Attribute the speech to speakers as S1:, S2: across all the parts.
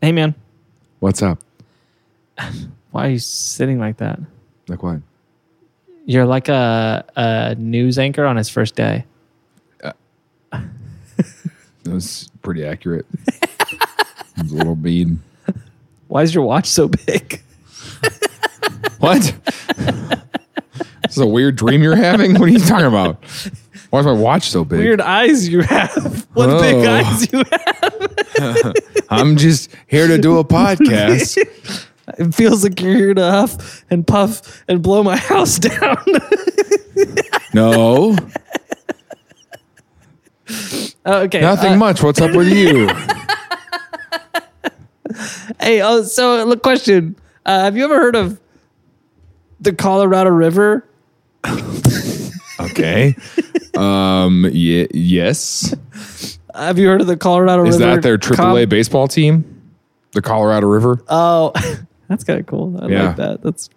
S1: Hey, man,
S2: What's up?
S1: why are you sitting like that?
S2: Like what?
S1: You're like a, a news anchor on his first day.
S2: That was pretty accurate. I was a little mean.
S1: Why is your watch so big?
S2: What? this is a weird dream you're having. What are you talking about? Why is my watch so big?
S1: Weird eyes you have. What big
S2: Oh.
S1: eyes you have.
S2: I'm just here to do a podcast.
S1: It feels like you're here to huff and puff and blow my house down.
S2: No,
S1: okay.
S2: nothing
S1: uh,
S2: much. What's up with you?
S1: Hey, oh, so look, question. Uh, have you ever heard of the Colorado River?
S2: Okay. Um. Yeah. Yes.
S1: Have you heard of the Colorado
S2: Is
S1: River?
S2: that their
S1: Com-
S2: AAA baseball team? The Colorado River
S1: Oh, that's kind of cool. I
S2: Yeah.
S1: like that. That's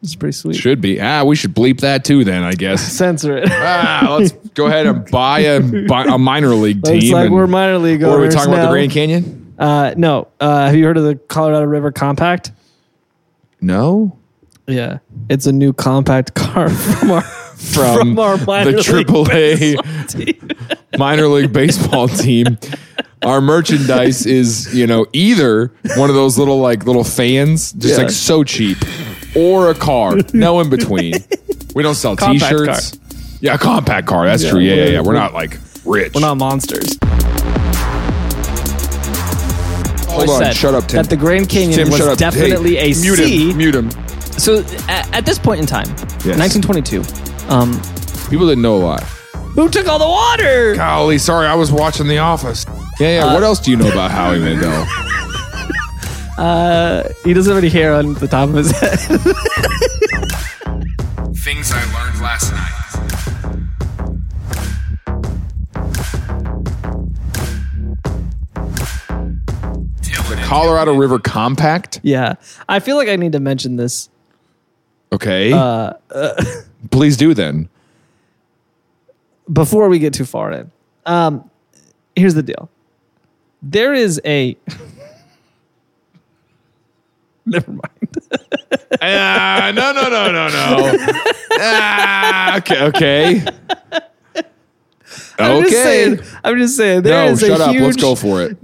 S1: that's pretty sweet.
S2: should be. Ah, we should bleep that too. Then I guess.
S1: Censor it.
S2: Ah, let's go ahead and buy a buy a minor league team.
S1: Looks like
S2: and-
S1: we're minor league.
S2: What are we
S1: owners
S2: talking about? The
S1: now.
S2: Grand Canyon?
S1: Uh, no. Uh, have you heard of the Colorado River Compact?
S2: No.
S1: Yeah, it's a new compact car from our from, our minor
S2: Um, the
S1: league
S2: AAA
S1: team.
S2: minor league baseball team. Our merchandise is, you know, either one of those little like little fans, just
S1: Yeah.
S2: like so cheap, or a car. No in between. We don't sell
S1: Compact
S2: T-shirts. Yeah, a compact car. That's true. Yeah, yeah, yeah. We're not like rich.
S1: We're not monsters.
S2: Hold
S1: I
S2: on.
S1: said
S2: Shut up, Tim.
S1: That the Grand Canyon
S2: Tim, shut
S1: was
S2: up. Hey,
S1: definitely a
S2: mute
S1: C.
S2: Him, mute him.
S1: So at, at this point in time,
S2: Yes.
S1: 1922, um,
S2: People didn't know a lot.
S1: who took all the water?
S2: Golly, sorry, I was watching The Office. Yeah,
S1: Uh,
S2: yeah. what else do you know about Howie Mandel?
S1: He doesn't have any hair on the top of his head.
S2: Things I learned last night. The Colorado River Compact.
S1: yeah, I feel like I need to mention this.
S2: Okay.
S1: Uh,
S2: Please do then.
S1: before we get too far in, um, here's the deal. There is a. Never mind.
S2: Ah, no, no, no, no, no. Ah, okay, okay.
S1: I'm just
S2: Okay.
S1: saying. I'm just saying. There
S2: No,
S1: is
S2: shut
S1: a
S2: up.
S1: huge
S2: Let's go for it.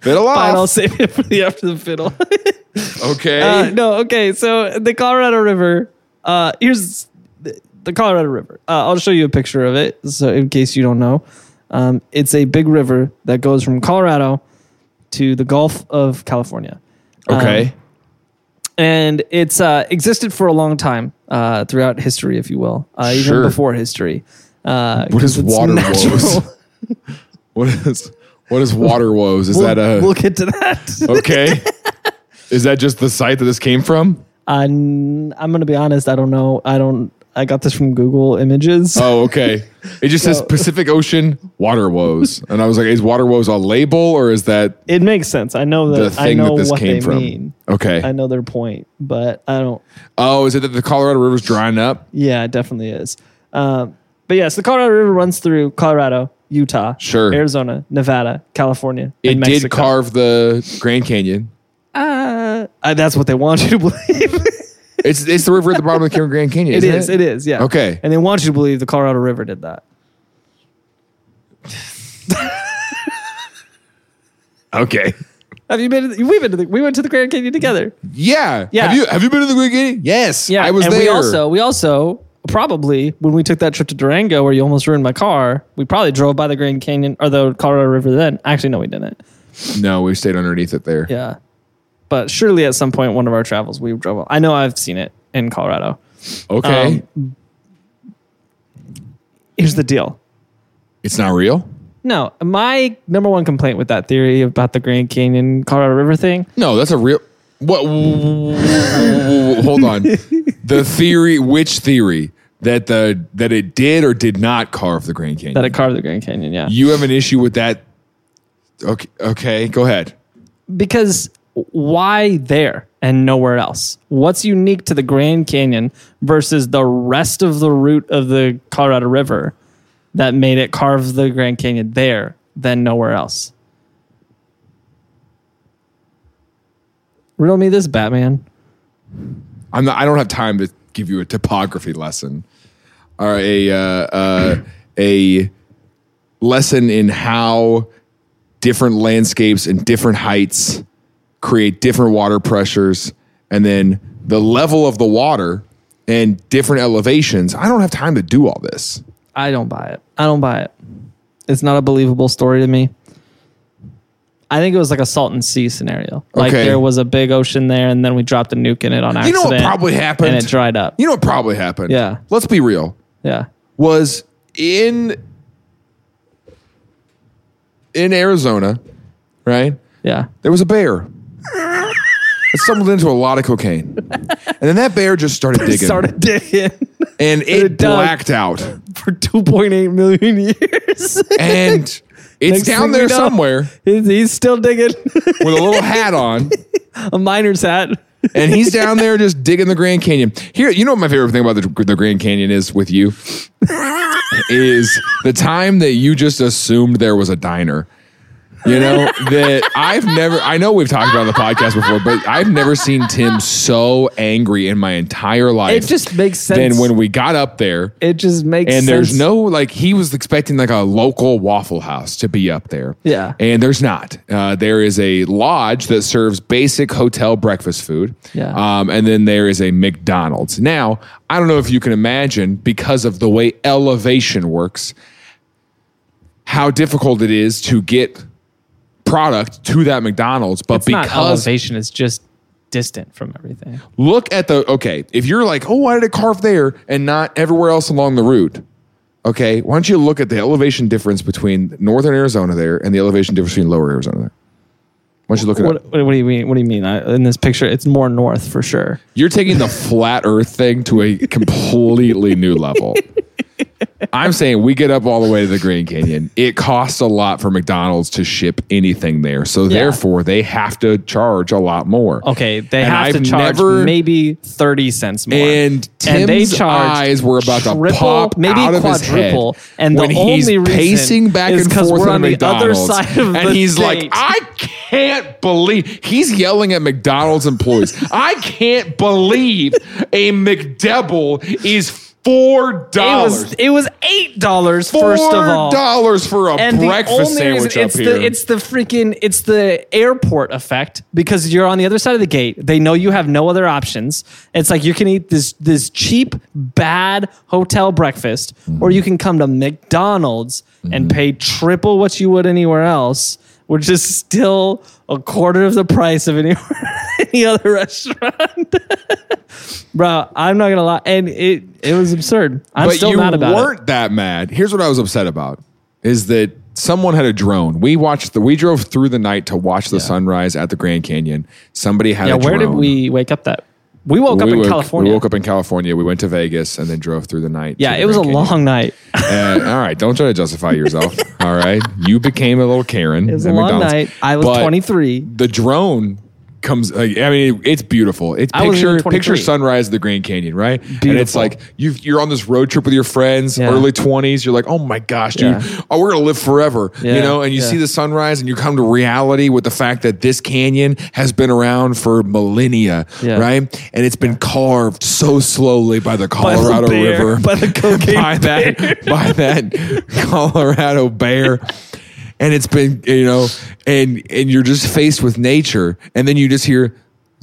S2: Fiddle
S1: I'll
S2: off.
S1: save it for the after the fiddle.
S2: Okay.
S1: Uh, no, okay. So the Colorado River. Uh, here's the, the Colorado River. Uh, I'll show you a picture of it. So in case you don't know, um, it's a big river that goes from Colorado to the Gulf of California.
S2: okay.
S1: um, and it's uh, existed for a long time uh, throughout history, if you will, uh, even
S2: Sure.
S1: before history. Uh,
S2: What
S1: 'cause
S2: is
S1: it's
S2: water
S1: natural.
S2: woes? What is what is water woes? Is that a
S1: we'll get to that.
S2: okay? is that just the site that this came from?
S1: I'm, I'm going to be honest. I don't know. I don't. I got this from Google Images.
S2: Oh, okay. It just says
S1: No.
S2: Pacific Ocean water woes, and I was like, is water woes a label or is that
S1: it makes sense. I know
S2: the
S1: that. I
S2: thing
S1: know
S2: that this
S1: what
S2: came
S1: they
S2: from?
S1: mean.
S2: Okay.
S1: I know their point, but I don't.
S2: oh, is it that the Colorado River's drying up?
S1: Yeah, it definitely is. Um, but yes, the Colorado River runs through Colorado, Utah,
S2: Sure.
S1: Arizona, Nevada, California.
S2: It
S1: and
S2: did
S1: Mexico.
S2: carve the Grand Canyon.
S1: Uh, uh, that's what they want you to believe.
S2: It's it's the river at the bottom of the Grand Canyon.
S1: It
S2: isn't
S1: is. It is. Yeah.
S2: Okay.
S1: And they want you to believe the Colorado River did that.
S2: Okay.
S1: Have you been? To the, we've been to the. We went to the Grand Canyon together.
S2: Yeah.
S1: Yeah.
S2: Have you have you been to the Grand Canyon? Yes. I was
S1: and
S2: there.
S1: we also we also probably when we took that trip to Durango where you almost ruined my car, we probably drove by the Grand Canyon or the Colorado River. Then actually, no, we didn't.
S2: no, we stayed underneath it there.
S1: Yeah. But surely at some point one of our travels we drove. I know I've seen it in Colorado.
S2: Okay.
S1: Um, Here's the deal.
S2: it's not real.
S1: No, my number one complaint with that theory about the Grand Canyon Colorado River thing
S2: No, that's a real. What? Hold on. The theory, which theory that the that it did or did not carve the Grand Canyon?
S1: that it carved the Grand Canyon. Yeah.
S2: you have an issue with that? Okay, okay, go ahead.
S1: because why there and nowhere else? What's unique to the Grand Canyon versus the rest of the route of the Colorado River that made it carve the Grand Canyon there than nowhere else. Riddle me this, Batman.
S2: I'm not, I don't have time to give you a topography lesson or a uh, uh, a lesson in how different landscapes and different heights create different water pressures and then the level of the water and different elevations. I don't have time to do all this.
S1: I don't buy it. I don't buy it. It's not a believable story to me. I think it was like a salt and sea scenario. Like
S2: Okay.
S1: there was a big ocean there, and then we dropped a nuke in it on
S2: You
S1: accident.
S2: know what probably happened?
S1: And it dried up.
S2: You know what probably happened?
S1: Yeah.
S2: Let's be real.
S1: Yeah.
S2: was in in Arizona, right?
S1: Yeah.
S2: There was a bear that stumbled into a lot of cocaine, and then that bear just started digging,
S1: Started digging
S2: and it,
S1: it dug.
S2: blacked out,
S1: for 2.8 million years.
S2: and it's
S1: Next
S2: down
S1: thing
S2: there
S1: we know-
S2: somewhere
S1: he's, he's still digging
S2: with a little hat on,
S1: a miner's hat.
S2: and he's down there just digging the Grand Canyon. Here, you know what my favorite thing about the, the Grand Canyon is with you is the time that you just assumed there was a diner. You know that I've never. I know we've talked about it on the podcast before, but I've never seen Tim so angry in my entire life.
S1: It just makes sense.
S2: than when we got up there.
S1: it just makes
S2: And
S1: sense.
S2: there's no like he was expecting like a local Waffle House to be up there.
S1: Yeah.
S2: and there's not. Uh, there is a lodge that serves basic hotel breakfast food.
S1: Yeah.
S2: um, and then there is a McDonald's. Now I don't know if you can imagine because of the way elevation works, how difficult it is to get product to that McDonald's. But
S1: it's not
S2: because
S1: elevation is just distant from everything.
S2: look at the okay if you're like oh why did it carve there and not everywhere else along the route okay why don't you look at the elevation difference between northern arizona there and the elevation difference between lower arizona there why don't you look at it
S1: What, what, what do you mean? What do you mean? I, in this picture, it's more north for sure.
S2: you're taking the flat earth thing to a completely new level i'm saying we get up all the way to the grand canyon it costs a lot for mcdonald's to ship anything there so therefore they have to charge a lot more
S1: Okay, they
S2: And
S1: have
S2: I've
S1: to charge
S2: never-
S1: maybe thirty cents more.
S2: And Tim's eyes were about to pop out of his head
S1: And the
S2: when
S1: only
S2: he's
S1: reason
S2: pacing back
S1: is
S2: and
S1: 'cause
S2: forth
S1: we're
S2: at
S1: on the other
S2: McDonald's,
S1: side of
S2: and
S1: the
S2: he's like, "Ah,
S1: state.
S2: "I can't believe he's yelling at McDonald's employees. I can't believe a McDouble is four
S1: It
S2: dollars,
S1: was it was eight dollars
S2: four
S1: first of all.
S2: dollars for a
S1: And the
S2: breakfast
S1: only
S2: sandwich
S1: reason
S2: up
S1: it's
S2: here."
S1: the it's the freaking it's the airport effect because you're on the other side of the gate. They know you have no other options. It's like you can eat this this cheap bad hotel breakfast, or you can come to McDonald's
S2: Mm-hmm.
S1: and pay triple what you would anywhere else, which is still a quarter of the price of any any other restaurant. Bro, I'm not gonna lie, and it it was absurd. I'm
S2: but
S1: still
S2: you
S1: mad about it.
S2: weren't that mad. Here's what I was upset about: is that someone had a drone. We watched the. We drove through the night to watch the sunrise at the Grand Canyon. Somebody had
S1: Yeah,
S2: a drone.
S1: where did we wake up? That we woke up
S2: We
S1: in
S2: woke,
S1: California.
S2: We woke up in California. We went to Vegas and then drove through the night.
S1: Yeah,
S2: to the
S1: it was a
S2: Grand Canyon.
S1: long night.
S2: Uh, all right, don't try to justify yourself. all right, you became a little Karen.
S1: It was a long night. I was 23.
S2: The drone comes. Like, I mean, it's beautiful. It's
S1: I was
S2: picture
S1: even 23.
S2: picture sunrise of the Grand Canyon, right? And it's
S1: Beautiful.
S2: like you you're on this road trip with your friends,
S1: Yeah.
S2: early twenties. You're like, oh my gosh, dude,
S1: Yeah.
S2: oh we're gonna live forever, you
S1: Yeah,
S2: know. And you
S1: yeah.
S2: see the sunrise, and you come to reality with the fact that this canyon has been around for millennia,
S1: Yeah.
S2: right? And it's been carved so slowly by the
S1: By the
S2: Colorado
S1: bear,
S2: River,
S1: by the cocaine
S2: by that by that Colorado bear. And it's been, you know, and and you're just faced with nature, and then you just hear,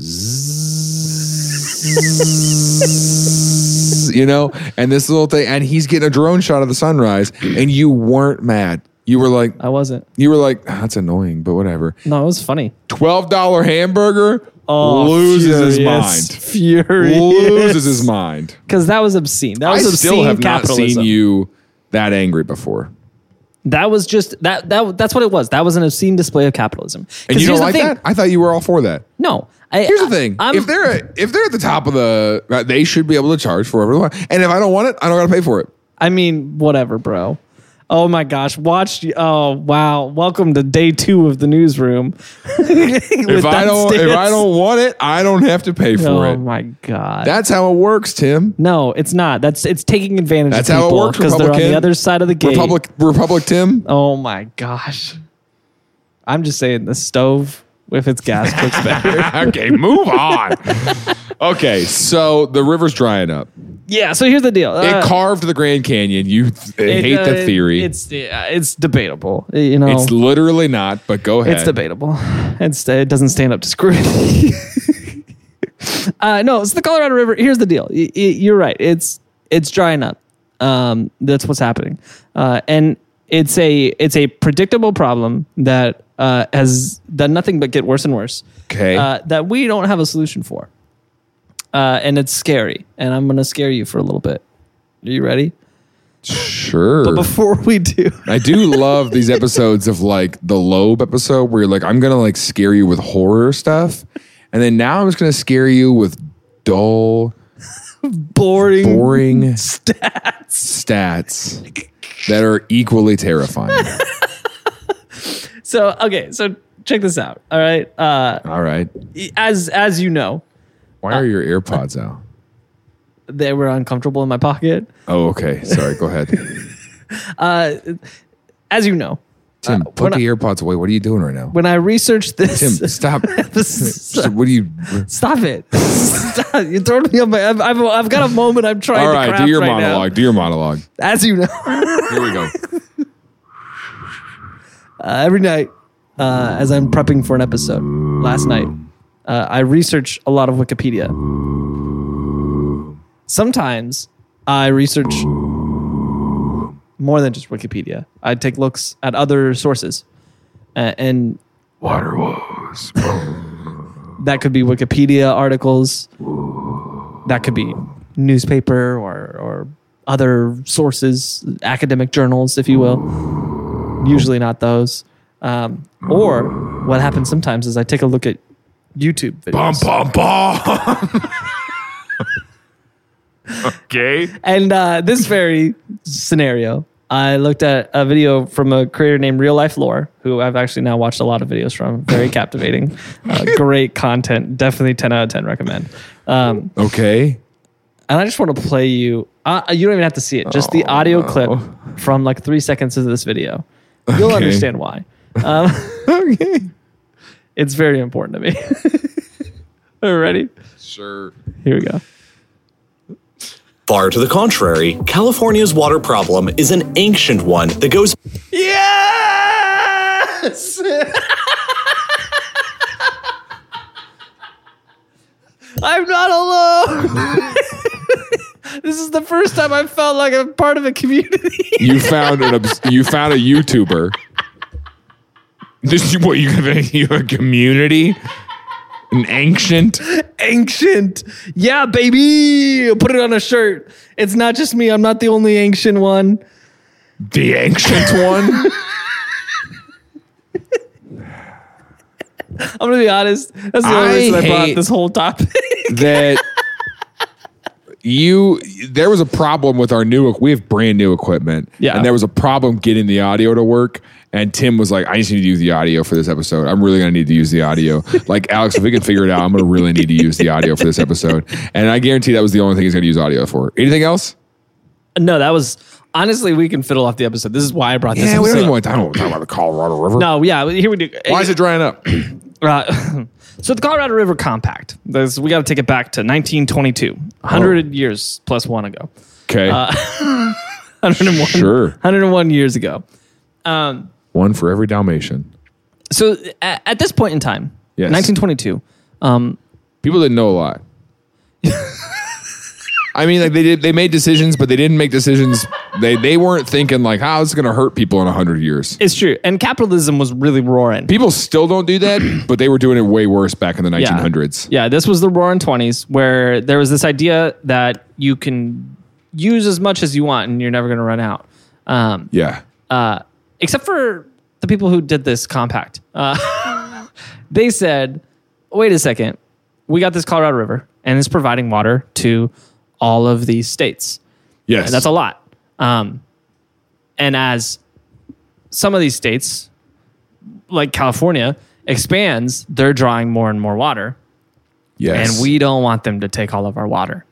S2: zzzz, you know, and this little thing, and he's getting a drone shot of the sunrise, and you weren't mad. You were like,
S1: I wasn't.
S2: you were like, "Ah, that's annoying, but whatever.
S1: No, it was funny.
S2: Twelve dollar hamburger
S1: Oh,
S2: loses his mind. Loses his mind.
S1: Because that was obscene. That
S2: I
S1: was obscene
S2: still have not
S1: capitalism.
S2: seen you that angry before.
S1: That was just that that that's what it was. That was an obscene display of capitalism. 'Cause
S2: And you
S1: here's
S2: don't
S1: the
S2: like
S1: thing.
S2: that? I thought you were all for that.
S1: No. I,
S2: Here's the thing:
S1: I'm,
S2: if they're if they're at the top of the, uh, they should be able to charge for whatever they want. And if I don't want it, I don't got to pay for it.
S1: I mean, whatever, bro. Oh my gosh! Watch. Oh wow! Welcome to day two of the newsroom.
S2: If I don't, if I don't want it, I don't have to pay for
S1: Oh
S2: it.
S1: my god!
S2: That's how it works, Tim.
S1: no, it's not. That's it's taking advantage.
S2: That's
S1: of
S2: how it
S1: people
S2: works,
S1: they're on the
S2: Republican.
S1: other side of the gate.
S2: Republic, Republic, Tim.
S1: Oh my gosh! I'm just saying the stove with its gas cooks better.
S2: okay, move on. okay, so the river's drying up.
S1: yeah. So here's the deal.
S2: It
S1: Uh,
S2: carved the Grand Canyon. You th-
S1: it,
S2: hate
S1: uh,
S2: the theory. It's,
S1: It's yeah, it's debatable. You know, it's,
S2: literally not, but go ahead.
S1: debatable. It's it doesn't stand up to scrutiny. uh, no, it's the Colorado River. Here's the deal. Y- y- you're right. It's it's drying up. Um, that's what's happening, uh, and it's a it's a predictable problem that uh, has done nothing but get worse and worse.
S2: Okay.
S1: uh, that we don't have a solution for, uh, and it's scary. And I'm going to scare you for a little bit. Are you ready?
S2: sure.
S1: Before we do,
S2: I do love these episodes of like the Loeb episode where you're like, I'm gonna like scare you with horror stuff, and then now I'm just gonna scare you with dull,
S1: boring,
S2: boring
S1: stats.
S2: stats that are equally terrifying.
S1: So okay, so check this out. All right, uh,
S2: All right,
S1: as as you know,
S2: why are your AirPods out?
S1: they were uncomfortable in my pocket.
S2: Oh, okay. Sorry. Go ahead,
S1: As you know,
S2: Tim.
S1: we're
S2: put the AirPods away. What are you doing right now?
S1: when I researched this,
S2: Tim, stop.
S1: this-
S2: So what do you?
S1: stop it. Stop. You throwing me on my. I've, I've, I've got a moment. I'm trying
S2: All
S1: to
S2: right,
S1: craft
S2: do your
S1: right
S2: monologue. Do your monologue.
S1: Now. As you know,
S2: Here we go.
S1: uh, every night uh, as I'm prepping for an episode last night, uh, I research a lot of Wikipedia. Sometimes I research more than just Wikipedia. I take looks at other sources, uh, and
S2: Water woes.
S1: that could be Wikipedia articles, that could be newspaper or or other sources, academic journals, if you will. Usually not those. Um, or what happens sometimes is I take a look at YouTube videos.
S2: Bum bum bum. okay.
S1: And uh, this very scenario, I looked at a video from a creator named Real Life Lore, who I've actually now watched a lot of videos from. Very captivating, uh, great content. Definitely ten out of ten recommend. Um,
S2: Okay.
S1: and I just want to play you. Uh, you don't even have to see it. Just the
S2: Oh,
S1: audio clip from like three seconds of this video. You'll
S2: Okay.
S1: understand why. Um,
S2: Okay.
S1: it's very important to me. Are you ready?
S2: Sure.
S1: Here we go.
S3: Far to the contrary, California's water problem is an ancient one that goes
S1: Yes! I'm not alone. this is the first time I felt like I'm part of a community.
S2: You found an obs- you found a YouTuber. This is what you you a community, an ancient.
S1: ancient. Yeah, baby. Put it on a shirt. It's not just me. I'm not the only ancient one.
S2: The ancient one?
S1: I'm gonna be honest. That's the only
S2: I
S1: reason I brought
S2: hate-
S1: this whole topic.
S2: that you there was a problem with our new we have brand new equipment.
S1: Yeah.
S2: And there was a problem getting the audio to work. And Tim was like, I just need to use the audio for this episode. I'm really gonna need to use the audio. Like Alex, if we can figure it out, I'm gonna really need to use the audio for this episode. And I guarantee that was the only thing he's gonna use audio for. Anything else?
S1: no, that was honestly we can fiddle off the episode. This is why I brought this.
S2: Yeah, we
S1: episode
S2: don't even
S1: up.
S2: want to I don't want to talk about the Colorado River.
S1: No, yeah, here we do.
S2: Why is it drying up?
S1: Uh, so the Colorado River Compact. This, we got to take it back to 1922, 100 years plus one ago,
S2: Okay.
S1: Uh. 101,
S2: Sure.
S1: 101 years ago.
S2: One for every Dalmatian.
S1: So at, at this point in time,
S2: Yes.
S1: 1922,
S2: People didn't know a lot. I mean, like they did, they made decisions, but they didn't make decisions. They they weren't thinking like, how is this going to hurt people in hundred years?
S1: it's true, and capitalism was really roaring.
S2: People still don't do that, but they were doing it way worse back in the
S1: Yeah.
S2: nineteen hundreds.
S1: Yeah, this was the roaring 20s where there was this idea that you can use as much as you want and you're never going to run out. Um,
S2: Yeah.
S1: uh, except for the people who did this compact. Uh, they said, wait a second, we got this Colorado River and it's providing water to all of these states.
S2: Yes.
S1: That's a lot. Um, And as some of these states, like California, expands, they're drawing more and more water
S2: Yes.
S1: and we don't want them to take all of our water.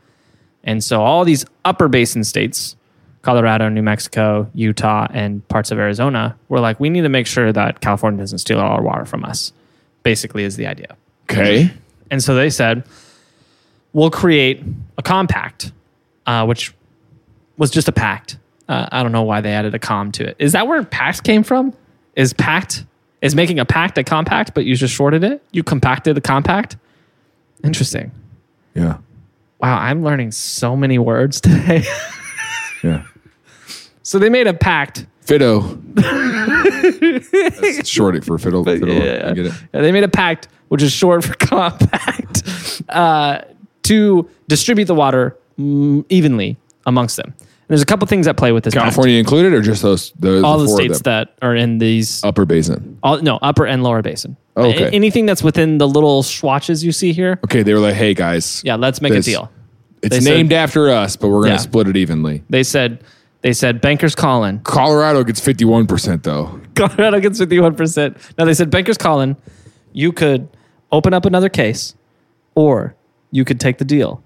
S1: And so all these upper basin states, Colorado, New Mexico, Utah, and parts of Arizona, were like, we need to make sure that California doesn't steal all our water from us, basically, is the idea.
S2: okay.
S1: And so they said, we'll create a compact, uh, which was just a pact. Uh, I don't know why they added a com to it. Is that where pact came from? Is pact, is making a pact a compact, but you just shorted it? You compacted the compact? Interesting.
S2: Yeah.
S1: Wow, I'm learning so many words today.
S2: Yeah.
S1: so they made a pact.
S2: Fido. That's short it for fiddle. fiddle. I get it.
S1: Yeah, They made a pact, which is short for compact, uh, to distribute the water mm, evenly amongst them. And there's a couple things at play with this. pact.
S2: California included, or just those? The,
S1: all the
S2: four of
S1: states
S2: them?
S1: that are in these,
S2: upper basin.
S1: all, no, upper and lower basin.
S2: Okay.
S1: A- anything that's within the little swatches you see here.
S2: Okay, they were like, "Hey guys,
S1: Yeah, let's make
S2: This-
S1: a deal.
S2: it's
S1: they said-
S2: named after us, but we're gonna
S1: Yeah.
S2: split it evenly."
S1: They said, they said, bankers calling.
S2: Colorado gets fifty-one percent though.
S1: Colorado gets 51%. Now they said, Bankers Colin, you could open up another case or you could take the deal.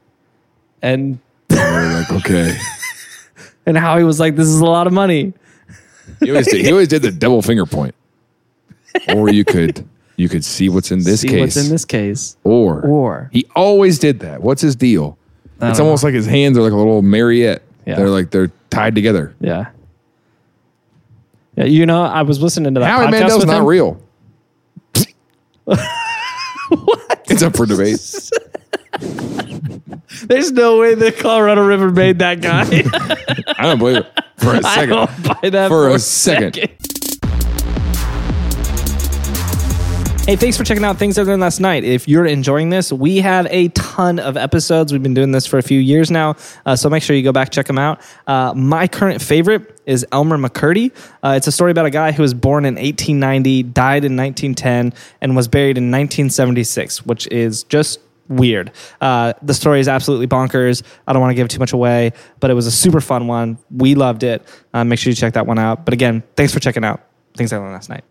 S1: And
S2: They're like, "Okay."
S1: and Howie was like, This is a lot of money.
S2: He always did, he always did the double finger point. Or you could you could see what's in this
S1: See
S2: case.
S1: what's in this case.
S2: or
S1: Or.
S2: he always did that. What's his deal? It's almost like his hands are like a little Mariette.
S1: Yeah.
S2: They're like they're tied together.
S1: Yeah. Yeah, you know, I was listening to that
S2: Howie
S1: podcast
S2: Mandel's
S1: with
S2: not
S1: him.
S2: real. It's up for debate.
S1: There's no way the Colorado River made that guy.
S2: I don't believe it for a
S1: I
S2: second.
S1: don't buy that
S2: For a second.
S1: Hey, thanks for checking out Things Other Than Last Night. If you're enjoying this, we have a ton of episodes. We've been doing this for a few years now, uh, so make sure you go back, check them out. Uh, my current favorite is Elmer McCurdy. Uh, it's a story about a guy who was born in 1890, died in 1910, and was buried in 1976, which is just weird. Uh, the story is absolutely bonkers. I don't want to give too much away, but it was a super fun one. We loved it. Uh, make sure you check that one out. But again, thanks for checking out Things I Learned Last Night.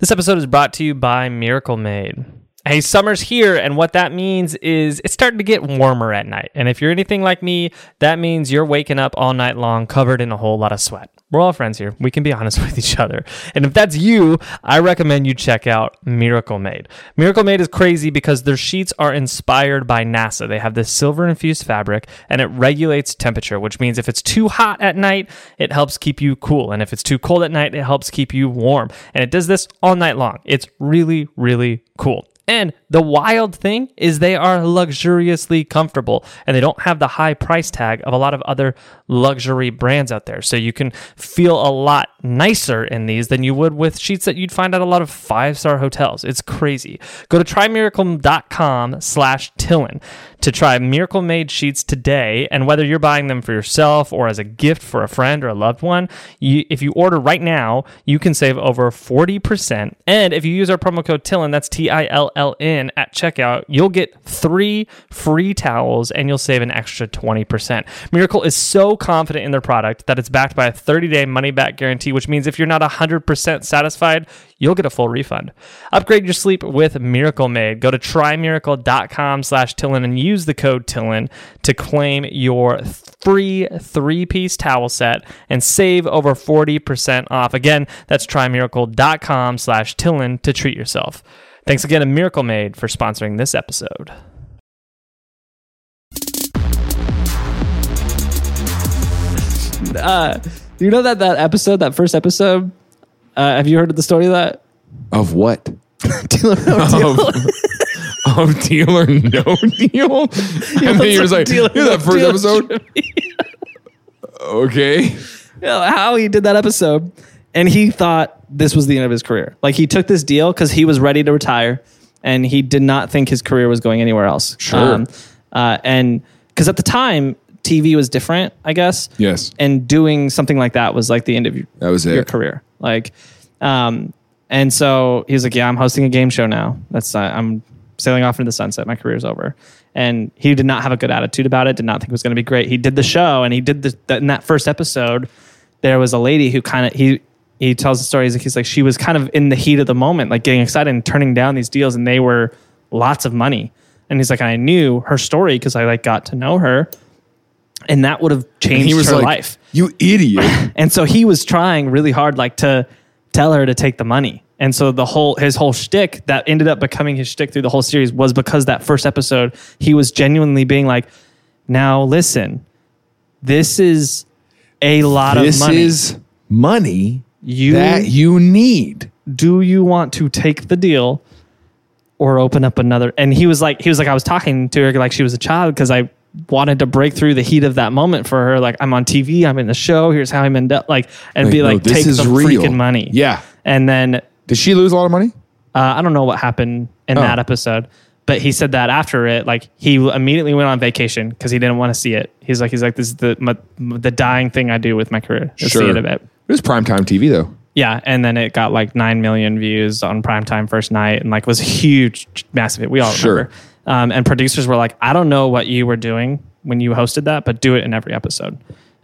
S1: This episode is brought to you by Miracle Made. Hey, summer's here, and what that means is it's starting to get warmer at night. And if you're anything like me, that means you're waking up all night long covered in a whole lot of sweat. We're all friends here. We can be honest with each other. And if that's you, I recommend you check out Miracle Made. Miracle Made is crazy because their sheets are inspired by NASA. They have this silver infused fabric and it regulates temperature, which means if it's too hot at night, it helps keep you cool. And if it's too cold at night, it helps keep you warm. And it does this all night long. It's really, really cool. And the wild thing is they are luxuriously comfortable and they don't have the high price tag of a lot of other luxury brands out there. So you can feel a lot nicer in these than you would with sheets that you'd find at a lot of five-star hotels. It's crazy. Go to trymiracle.com slash Tillin to try Miracle Made sheets today. And whether you're buying them for yourself or as a gift for a friend or a loved one, you, if you order right now, you can save over 40%. And if you use our promo code TILLIN, that's T I L L N, at checkout, you'll get three free towels and you'll save an extra 20%. Miracle is so confident in their product that it's backed by a 30 day money back guarantee, which means if you're not 100% satisfied, you'll get a full refund. Upgrade your sleep with Miracle Made. Go to trymiracle.com slash Tillin and use the code Tillin to claim your free three-piece towel set and save over 40% off. Again, that's trymiracle.com slash Tillin to treat yourself. Thanks again to Miracle Made for sponsoring this episode. Uh, you know that that episode, that first episode, uh, have you heard of the story of that?
S2: Of what?
S1: Dealer No Deal.
S2: Of deal or no deal? and then
S1: It's
S2: you're just like,
S1: Dealer
S2: you know that
S1: No
S2: first
S1: Deal
S2: episode?
S1: should be-
S2: Okay.
S1: You know, how he did that episode, and he thought this was the end of his career. Like he took this deal because he was ready to retire, and he did not think his career was going anywhere else.
S2: Sure.
S1: uh, and because at the time TV was different, I guess.
S2: Yes.
S1: And doing something like that was like the end of your,
S2: That was
S1: your
S2: it.
S1: career. Like, um, and so he's like, "Yeah, I'm hosting a game show now. That's uh, I'm sailing off into the sunset. My career's over." And he did not have a good attitude about it. Did not think it was going to be great. He did the show, and he did the that in that first episode.
S4: there was a lady who kind of he he tells the story. He's like, he's like she was kind of in the heat of the moment, like getting excited and turning down these deals, and they were lots of money. And he's like, I knew her story because I like got to know her, and that would have changed
S2: he was
S4: her
S2: like,
S4: life.
S2: "You idiot!"
S4: And so he was trying really hard, like to tell her to take the money. And so the whole his whole shtick that ended up becoming his shtick through the whole series was because that first episode he was genuinely being like, "Now listen, this is a lot
S2: this
S4: of money.
S2: is money
S4: You-
S2: that you need.
S4: Do you want to take the deal or open up another?" And he was like, he was like, I was talking to her like she was a child because I wanted to break through the heat of that moment for her. Like I'm on TV, I'm in the show. Here's how I'm in debt. Like and be
S2: no,
S4: like,
S2: this
S4: take
S2: is
S4: the
S2: real."
S4: freaking money.
S2: Yeah.
S4: And then
S2: Did she lose a lot of money?
S4: Uh, I don't know what happened
S2: Oh.
S4: in that episode, but he said that after it, like he immediately went on vacation because he didn't want to see it. He's like, he's like, this is the my, the dying thing I do with my career. Is See it a bit.
S2: It was primetime TV though.
S4: Yeah, and then it got like nine million views on primetime first night, and like was a huge, massive hit. We all
S2: Sure.
S4: remember. Um, and producers were like, I don't know what you were doing when you hosted that, but do it in every episode.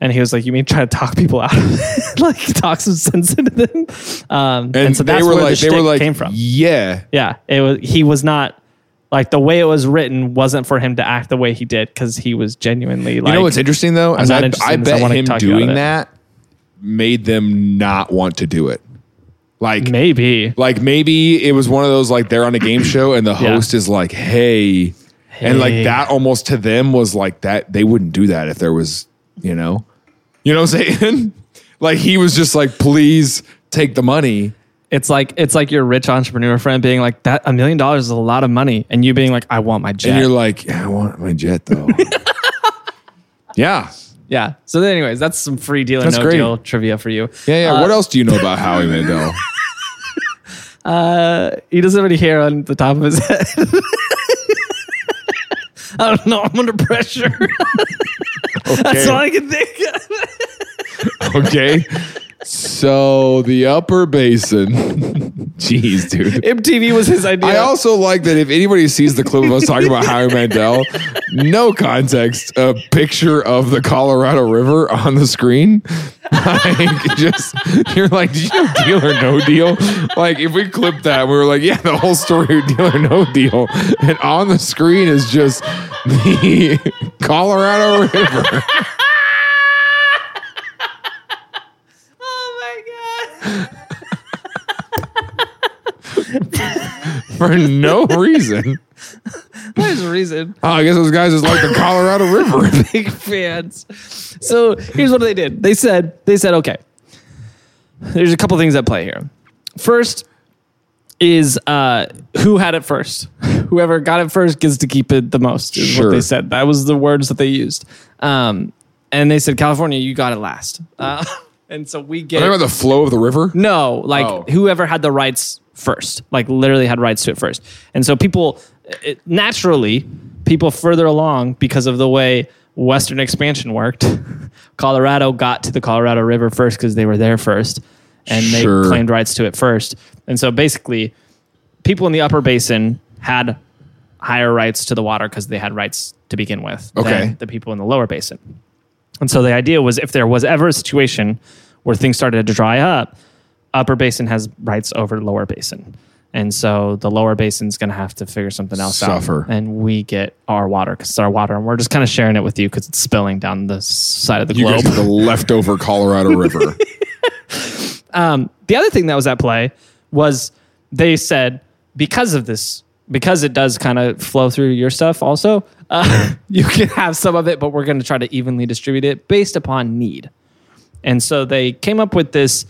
S4: And he was like, "You mean try to talk people out, of it? like talk some sense into them?" Um, and, so that's where the shtick came from.
S2: yeah,
S4: Yeah, it was. He was not like the way it was written wasn't for him to act the way he did because he was genuinely like.
S2: you know what's interesting though? As
S4: not
S2: I,
S4: interested
S2: I
S4: in this. I
S2: bet
S4: wanna
S2: him
S4: talk you out
S2: doing
S4: of it.
S2: that made them not want to do it. Like
S4: maybe
S2: like maybe it was one of those like they're on a game show and the
S4: Yeah.
S2: host is like, hey. and
S4: Hey.
S2: like that almost to them was like that they wouldn't do that if there was you know, you know what I'm saying? like he was just like, please take the money.
S4: it's like it's like your rich entrepreneur friend being like that a million dollars is a lot of money, and you being like, I want my jet.
S2: And you're like, yeah, I want my jet though. yeah.
S4: yeah. So, anyways, that's some free deal or
S2: That's
S4: no
S2: great.
S4: deal trivia for you.
S2: Yeah, yeah. what else do you know about Howie Mandel?
S4: He doesn't have any hair on the top of his head. I don't know. I'm under pressure. That's all I can think. of.
S2: okay. So the upper basin. Jeez, dude.
S4: MTV was his idea.
S2: I also like that if anybody sees the clip of us talking about Howie Mandel, no context, a picture of the Colorado River on the screen. Like, just you're like, did you know Deal or No Deal? Like, if we clip that, we were like, yeah, the whole story of Deal or No Deal, and on the screen is just the Colorado River.
S4: oh my god.
S2: for no reason.
S4: There's a reason.
S2: Oh, I guess those guys is like the Colorado River.
S4: Big fans. So here's what they did. They said they said okay. There's a couple things at play here. First is uh, who had it first. Whoever got it first gets to keep it the most. Is what they
S2: Sure.
S4: said. That was the words that they used. Um, and they said California, you got it last. Uh, and so we get
S2: Remember the flow of the river?
S4: no, like
S2: Oh.
S4: whoever had the rights first, like literally had rights to it first. And so people it, naturally, people further along because of the way Western expansion worked, Colorado got to the Colorado River first because they were there first and they
S2: Sure.
S4: claimed rights to it first. And so basically, people in the upper basin had higher rights to the water because they had rights to begin with
S2: Okay.
S4: than the people in the lower basin. And so the idea was if there was ever a situation where things started to dry up, upper basin has rights over lower basin. And so the lower basin's going to have to figure something else
S2: Suffer.
S4: out. And we get our water because it's our water. And we're just kind of sharing it with you because it's spilling down the s- side of the
S2: You
S4: globe.
S2: guys are the leftover Colorado River.
S4: the other thing that was at play was they said because of this because it does kind of flow through your stuff also uh, you can have some of it but we're going to try to evenly distribute it based upon need and so they came up with this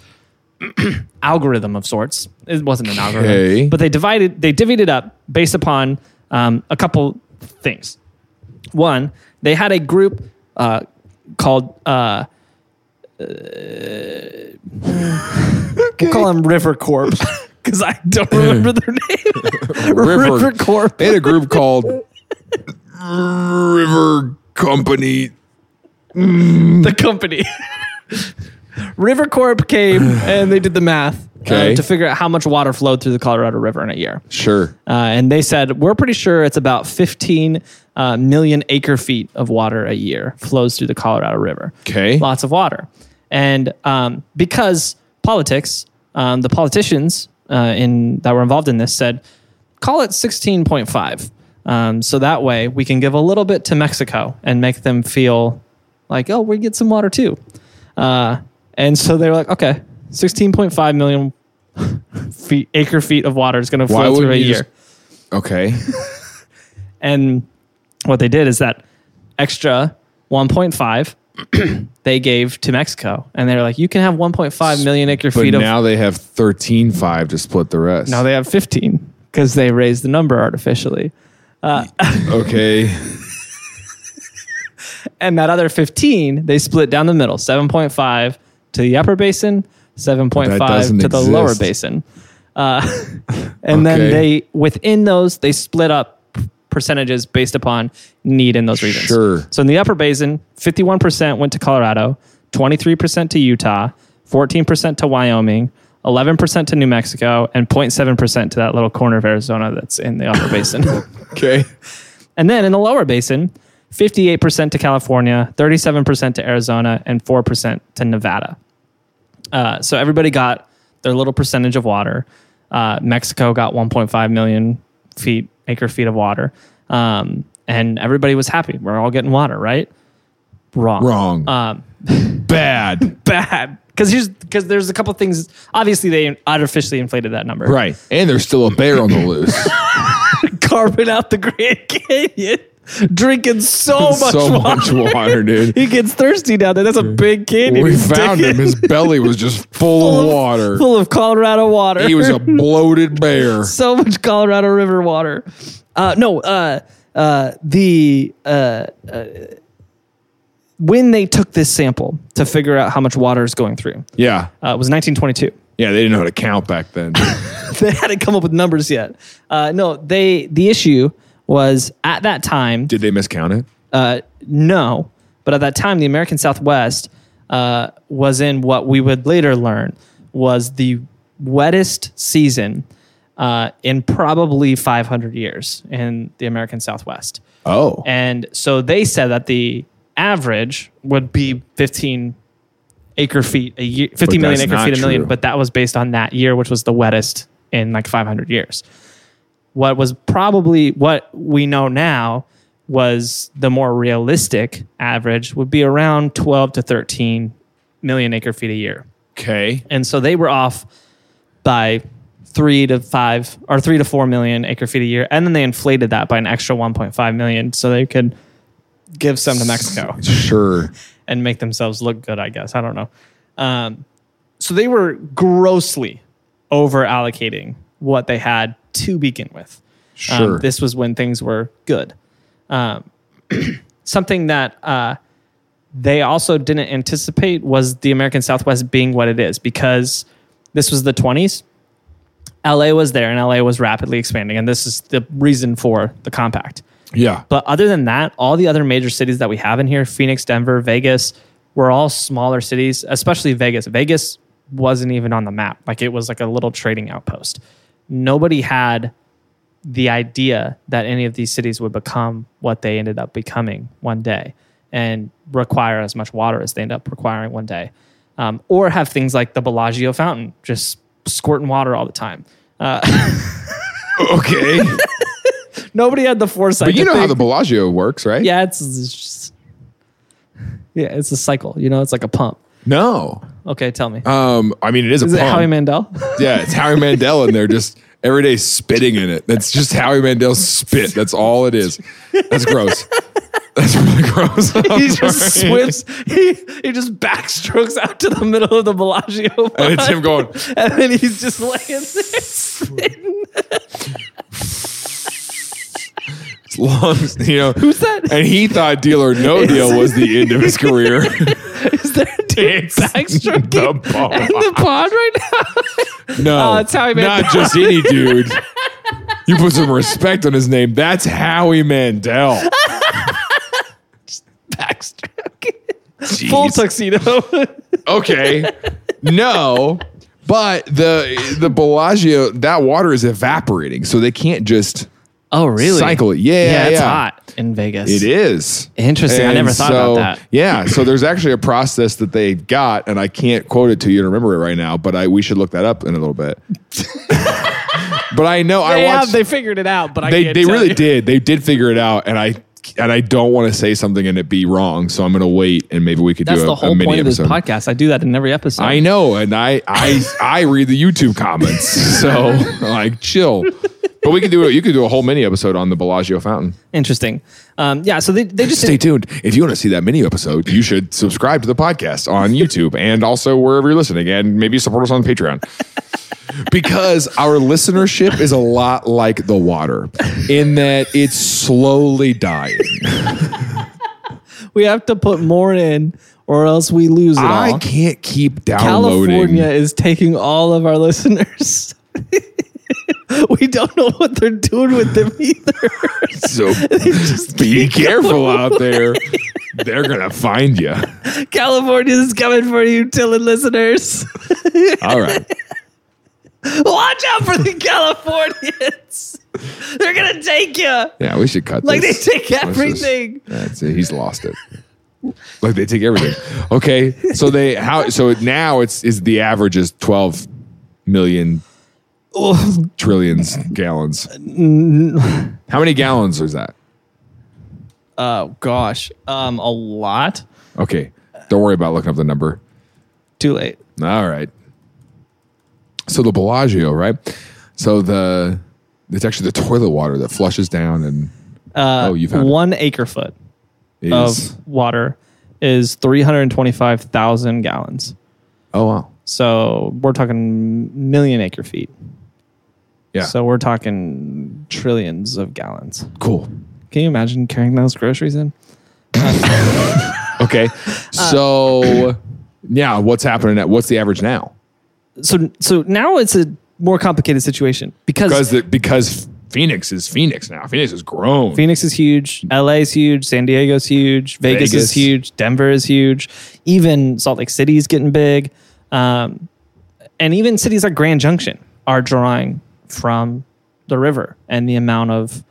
S4: algorithm of sorts it wasn't an algorithm
S2: Okay.
S4: but they divided they divvied it up based upon um, a couple things one they had a group uh, called uh, We'll call them River Corp because I don't remember their name. River, Corp.
S2: They had a group called River Company.
S4: the company. River Corp came and they did the math uh,
S2: Okay.
S4: to figure out how much water flowed through the Colorado River in a year.
S2: Sure.
S4: Uh, and they said, we're pretty sure it's about 15 uh, million acre feet of water a year flows through the Colorado River.
S2: Okay.
S4: Lots of water. and um, because politics, um, the politicians uh, in that were involved in this said, call it 16.5. Um, so that way we can give a little bit to Mexico and make them feel like, oh, we get some water too. Uh, and so they were like, okay, 16.5 million feet, acre feet of water is going to
S2: Why
S4: flow through
S2: wouldn't
S4: a
S2: you
S4: year.
S2: just- Okay.
S4: And what they did is that extra 1.5 they gave to Mexico. And they were like, you can have 1.5 million acre
S2: But
S4: feet of.
S2: now they have 13.5 to split the rest.
S4: now they have 15 because they raised the number artificially.
S2: okay.
S4: And that other 15, they split down the middle 7.5 to the upper basin, 7.5
S2: That
S4: to
S2: doesn't
S4: the lower
S2: exist.
S4: basin. Uh, and then
S2: Okay.
S4: they, within those, they split up percentages based upon need in those regions.
S2: Sure.
S4: So in the upper basin, 51% went to Colorado, 23% to Utah, 14% to Wyoming, 11% to New Mexico, and 0.7% to that little corner of Arizona that's in the upper basin.
S2: Okay.
S4: And then in the lower basin, 58% to California, 37% to Arizona, and 4% to Nevada. Uh, so everybody got their little percentage of water. Uh, Mexico got 1.5 million feet, acre feet of water. Um, and everybody was happy. We're all getting water, right? Wrong.
S2: Wrong.
S4: Um,
S2: Bad.
S4: bad. Because here's because there's a couple things. Obviously, they artificially inflated that number.
S2: Right. And there's still a bear on the loose.
S4: Carving out the Grand Canyon, drinking so much
S2: so
S4: water.
S2: much water, dude.
S4: He gets thirsty down there. That's a big canyon.
S2: We
S4: He's
S2: found him.
S4: digging
S2: His belly was just full,
S4: full
S2: of
S4: of-
S2: water.
S4: full of Colorado water.
S2: He was a bloated bear.
S4: so much Colorado River water. Uh, no, uh, uh, the uh, uh, when they took this sample to figure out how much water is going through
S2: Yeah.
S4: uh, it was 1922.
S2: Yeah. They didn't know how to count back then.
S4: they hadn't come up with numbers yet. Uh, no, they the issue was at that time
S2: Did they miscount it?
S4: Uh, no, but at that time, the American Southwest uh, was in what we would later learn was the wettest season uh, in probably 500 years in the American Southwest.
S2: Oh.
S4: And so they said that the average would be 15 acre feet a year, 50
S2: But
S4: million
S2: that's
S4: acre
S2: not
S4: feet a million,
S2: true.
S4: but that was based on that year, which was the wettest in like 500 years. What was probably what we know now was the more realistic average would be around 12 to 13 million acre feet a year.
S2: Okay.
S4: And so they were off by three to five or three to four million acre feet a year. And then they inflated that by an extra 1.5 million so they could give some to Mexico um,
S2: Sure.
S4: and make themselves look good, I guess. I don't know. Um, so they were grossly over allocating what they had to begin with. Um,
S2: Sure.
S4: this was when things were good. Um, something that uh, they also didn't anticipate was the American Southwest being what it is because this was the 20s. LA was there and LA was rapidly expanding. And this is the reason for the compact.
S2: yeah.
S4: But other than that, all the other major cities that we have in here Phoenix, Denver, Vegas were all smaller cities, especially Vegas. Vegas wasn't even on the map. Like it was like a little trading outpost. Nobody had the idea that any of these cities would become what they ended up becoming one day and require as much water as they end up requiring one day. Um, or have things like the Bellagio fountain just squirting water all the time.
S2: okay.
S4: Nobody had the foresight.
S2: But you
S4: to
S2: know how
S4: think-
S2: the Bellagio works, right?
S4: Yeah, it's, it's just yeah, it's a cycle. You know, it's like a pump.
S2: No.
S4: Okay, tell me.
S2: Um, I mean, it is a
S4: Is it
S2: pump.
S4: Howie Mandel?
S2: Yeah, it's Howie Mandel in there just every day spitting in it. That's just Howie Mandel's spit. That's all it is. That's gross. That's really gross. I'm
S4: he just
S2: sorry.
S4: swims. He he just backstrokes out to the middle of the Bellagio,
S2: And it's him
S4: pond,
S2: going,
S4: and then he's just laying there. spitting.
S2: it's long, you know.
S4: Who's that?
S2: And he thought Deal or No Deal was the end of his career.
S4: Is there a dude
S2: It's
S4: backstroking
S2: the
S4: in the pond right now?
S2: No,
S4: Oh, it's Howie Mandel.
S2: not just any dude. You put some respect on his name. That's Howie Mandel.
S4: backstroking.
S2: Jeez.
S4: Full tuxedo.
S2: okay. No, but the the Bellagio that water is evaporating, so they can't just
S4: Oh, really?
S2: cycle it. Yeah,
S4: yeah, it's
S2: yeah.
S4: hot in Vegas.
S2: It is.
S4: Interesting. I never thought about
S2: so-
S4: that.
S2: Yeah. So there's actually a process that they've got, and I can't quote it to you to remember it right now, but I we should look that up in a little bit. but I know I
S4: They,
S2: watched
S4: have, they figured it out, but I
S2: they
S4: can't
S2: they
S4: tell
S2: really
S4: you.
S2: did. They did figure it out, and I and I don't want to say something and it be wrong, so I'm gonna wait and maybe we could
S4: That's
S2: do a,
S4: the
S2: a
S4: whole
S2: mini
S4: point of this
S2: episode.
S4: podcast. I do that in every episode.
S2: I know, and I I I read the YouTube comments, so like chill. But we could do it. You could do a whole mini episode on the Bellagio fountain.
S4: Interesting. Um, yeah. So they, they just
S2: Stay tuned. If you want to see that mini episode, you should subscribe to the podcast on YouTube and also wherever you're listening, and maybe support us on Patreon. Because our listenership is a lot like the water, in that it's slowly dying.
S4: we have to put more in, or else we lose it
S2: I
S4: all.
S2: can't keep downloading.
S4: California is taking all of our listeners. we don't know what they're doing with them either.
S2: So be careful out there. They're gonna find you.
S4: California is coming for you, Tillin listeners.
S2: All right.
S4: Watch out for the Californians. They're gonna take you.
S2: Yeah, we should cut.
S4: Like they
S2: this.
S4: take
S2: Let's just-
S4: everything.
S2: That's it. He's lost it. Like they take everything. Okay, so they how so now it's is the average is twelve million trillions gallons. How many gallons was that?
S4: Oh gosh, um, a lot.
S2: Okay, don't worry about looking up the number.
S4: Too late.
S2: All right. So the Bellagio, right? So the it's actually the toilet water that flushes down and oh, you found
S4: Uh, One acre foot
S2: it.
S4: of
S2: Is-
S4: water is three hundred twenty-five thousand gallons.
S2: oh wow,
S4: So we're talking million acre feet.
S2: yeah,
S4: So we're talking trillions of gallons.
S2: cool.
S4: Can you imagine carrying those groceries in?
S2: Okay,
S4: Uh,
S2: so yeah, what's happening? At, what's the average now?
S4: So so now it's a more complicated situation because
S2: Because the, because Phoenix is Phoenix now. Phoenix has grown.
S4: Phoenix is huge, LA is huge, San Diego's huge, Vegas,
S2: Vegas.
S4: is huge, Denver is huge, even Salt Lake City is getting big, um, and even cities like Grand Junction are drawing from the river and the amount of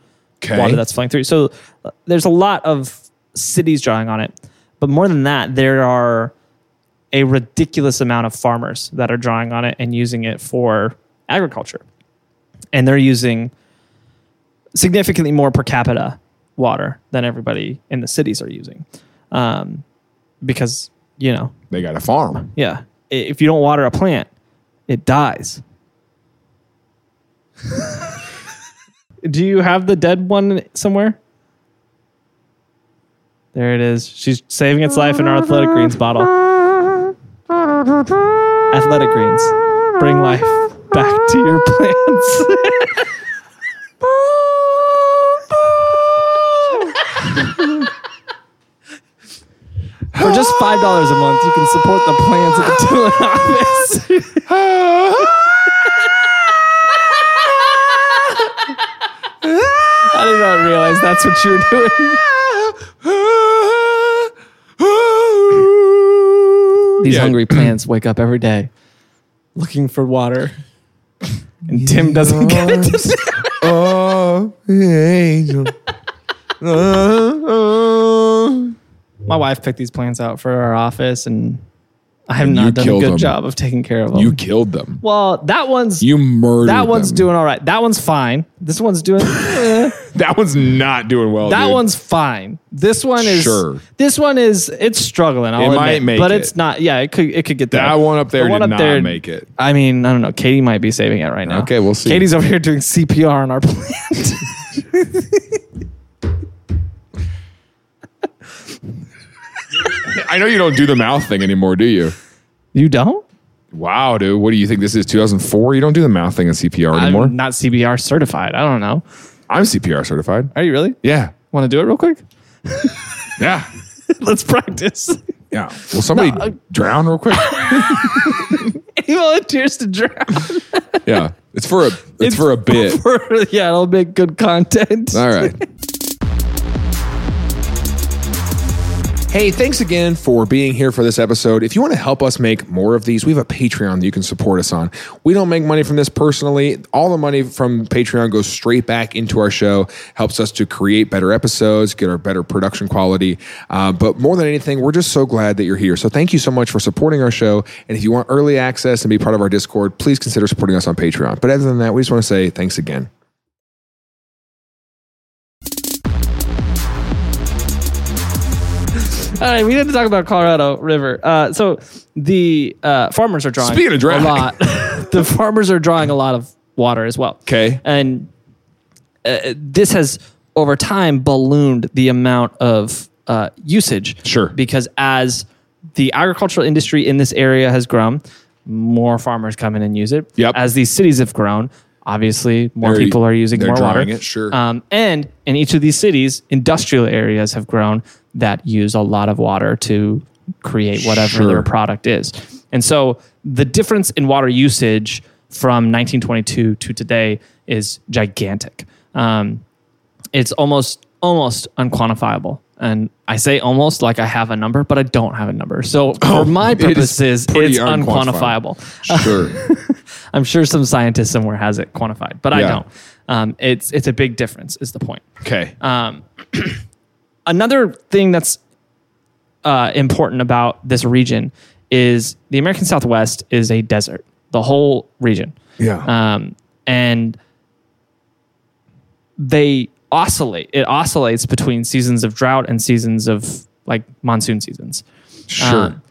S2: Okay.
S4: water that's flowing through. So uh, there's a lot of cities drawing on it, but more than that, there are a ridiculous amount of farmers that are drawing on it and using it for agriculture, and they're using significantly more per capita water than everybody in the cities are using, um, because you know,
S2: they got a farm.
S4: yeah, i- if you don't water a plant, it dies. Do you have the dead one somewhere? There it is. She's saving its life in our athletic greens bottle. Athletic greens bring life back to your plants. For just five dollars a month, you can support the plants at the Tulin office. I did not realize that's what you were doing. These
S2: Yeah.
S4: hungry plants wake up every day looking for water. And Tim doesn't get it.
S2: Oh, angel.
S4: My wife picked these plants out for our office, and I have
S2: you
S4: not done a
S2: killed
S4: good
S2: them.
S4: job of taking care of them.
S2: you killed them.
S4: well, that one's
S2: You murdered.
S4: that one's
S2: them.
S4: doing all right. That one's fine. This one's doing eh.
S2: That one's not doing well.
S4: that
S2: dude.
S4: one's fine. This one is
S2: Sure.
S4: This one is it's struggling. I'll
S2: It
S4: admit,
S2: might make
S4: but
S2: it.
S4: it's not. Yeah, it could it could get there.
S2: That one up there
S4: The one
S2: did
S4: up
S2: not
S4: there-
S2: make it.
S4: I mean, I don't know. Katie might be saving it right now.
S2: Okay, we'll see.
S4: Katie's over here doing CPR on our plant.
S2: I know you don't do the mouth thing anymore, do you?
S4: you don't?
S2: Wow, dude. What do you think this is? 2004? You don't do the mouth thing in CPR anymore.
S4: I'm not CBR certified. I don't know.
S2: I'm CPR certified.
S4: Are you really?
S2: Yeah.
S4: Want to do it real quick?
S2: Yeah.
S4: Let's practice.
S2: Yeah. Will somebody
S4: No, uh,
S2: drown real quick?
S4: he volunteers to drown.
S2: yeah. It's for a it's, for a bit.
S4: For- yeah, it'll make good content.
S2: All right. Hey, thanks again for being here for this episode. If you want to help us make more of these, we have a Patreon that you can support us on. We don't make money from this personally. All the money from Patreon goes straight back into our show, helps us to create better episodes, get our better production quality. Uh, but more than anything, we're just so glad that you're here. So thank you so much for supporting our show. And if you want early access and be part of our Discord, please consider supporting us on Patreon. But other than that, we just want to say thanks again.
S4: All right, we need to talk about Colorado River. Uh, so the uh, farmers are drawing
S2: Speaking of drawing.
S4: a lot. the farmers are drawing a lot of water as well.
S2: 'Kay.
S4: and uh, this has over time ballooned the amount of uh, usage.
S2: Sure.
S4: because as the agricultural industry in this area has grown, more farmers come in and use it.
S2: Yep.
S4: As these cities have grown, obviously more
S2: They're-
S4: people are using
S2: they're
S4: more water.
S2: drawing it, sure.
S4: Um, and in each of these cities, industrial areas have grown that use a lot of water to create whatever
S2: Sure.
S4: their product is. And so the difference in water usage from 1922 to today is gigantic. Um, it's almost almost unquantifiable. And I say almost like I have a number, but I don't have a number. So for my
S2: Oh, it is
S4: purposes,
S2: pretty
S4: it's
S2: unquantifiable.
S4: unquantifiable.
S2: Sure.
S4: I'm sure some scientist somewhere has it quantified, but I
S2: Yeah.
S4: don't. Um, it's it's a big difference, is the point.
S2: okay.
S4: Another thing that's uh, important about this region is the American Southwest is a desert, the whole region,
S2: yeah.
S4: um, and they oscillate. It oscillates between seasons of drought and seasons of like monsoon seasons.
S2: sure.
S4: Um,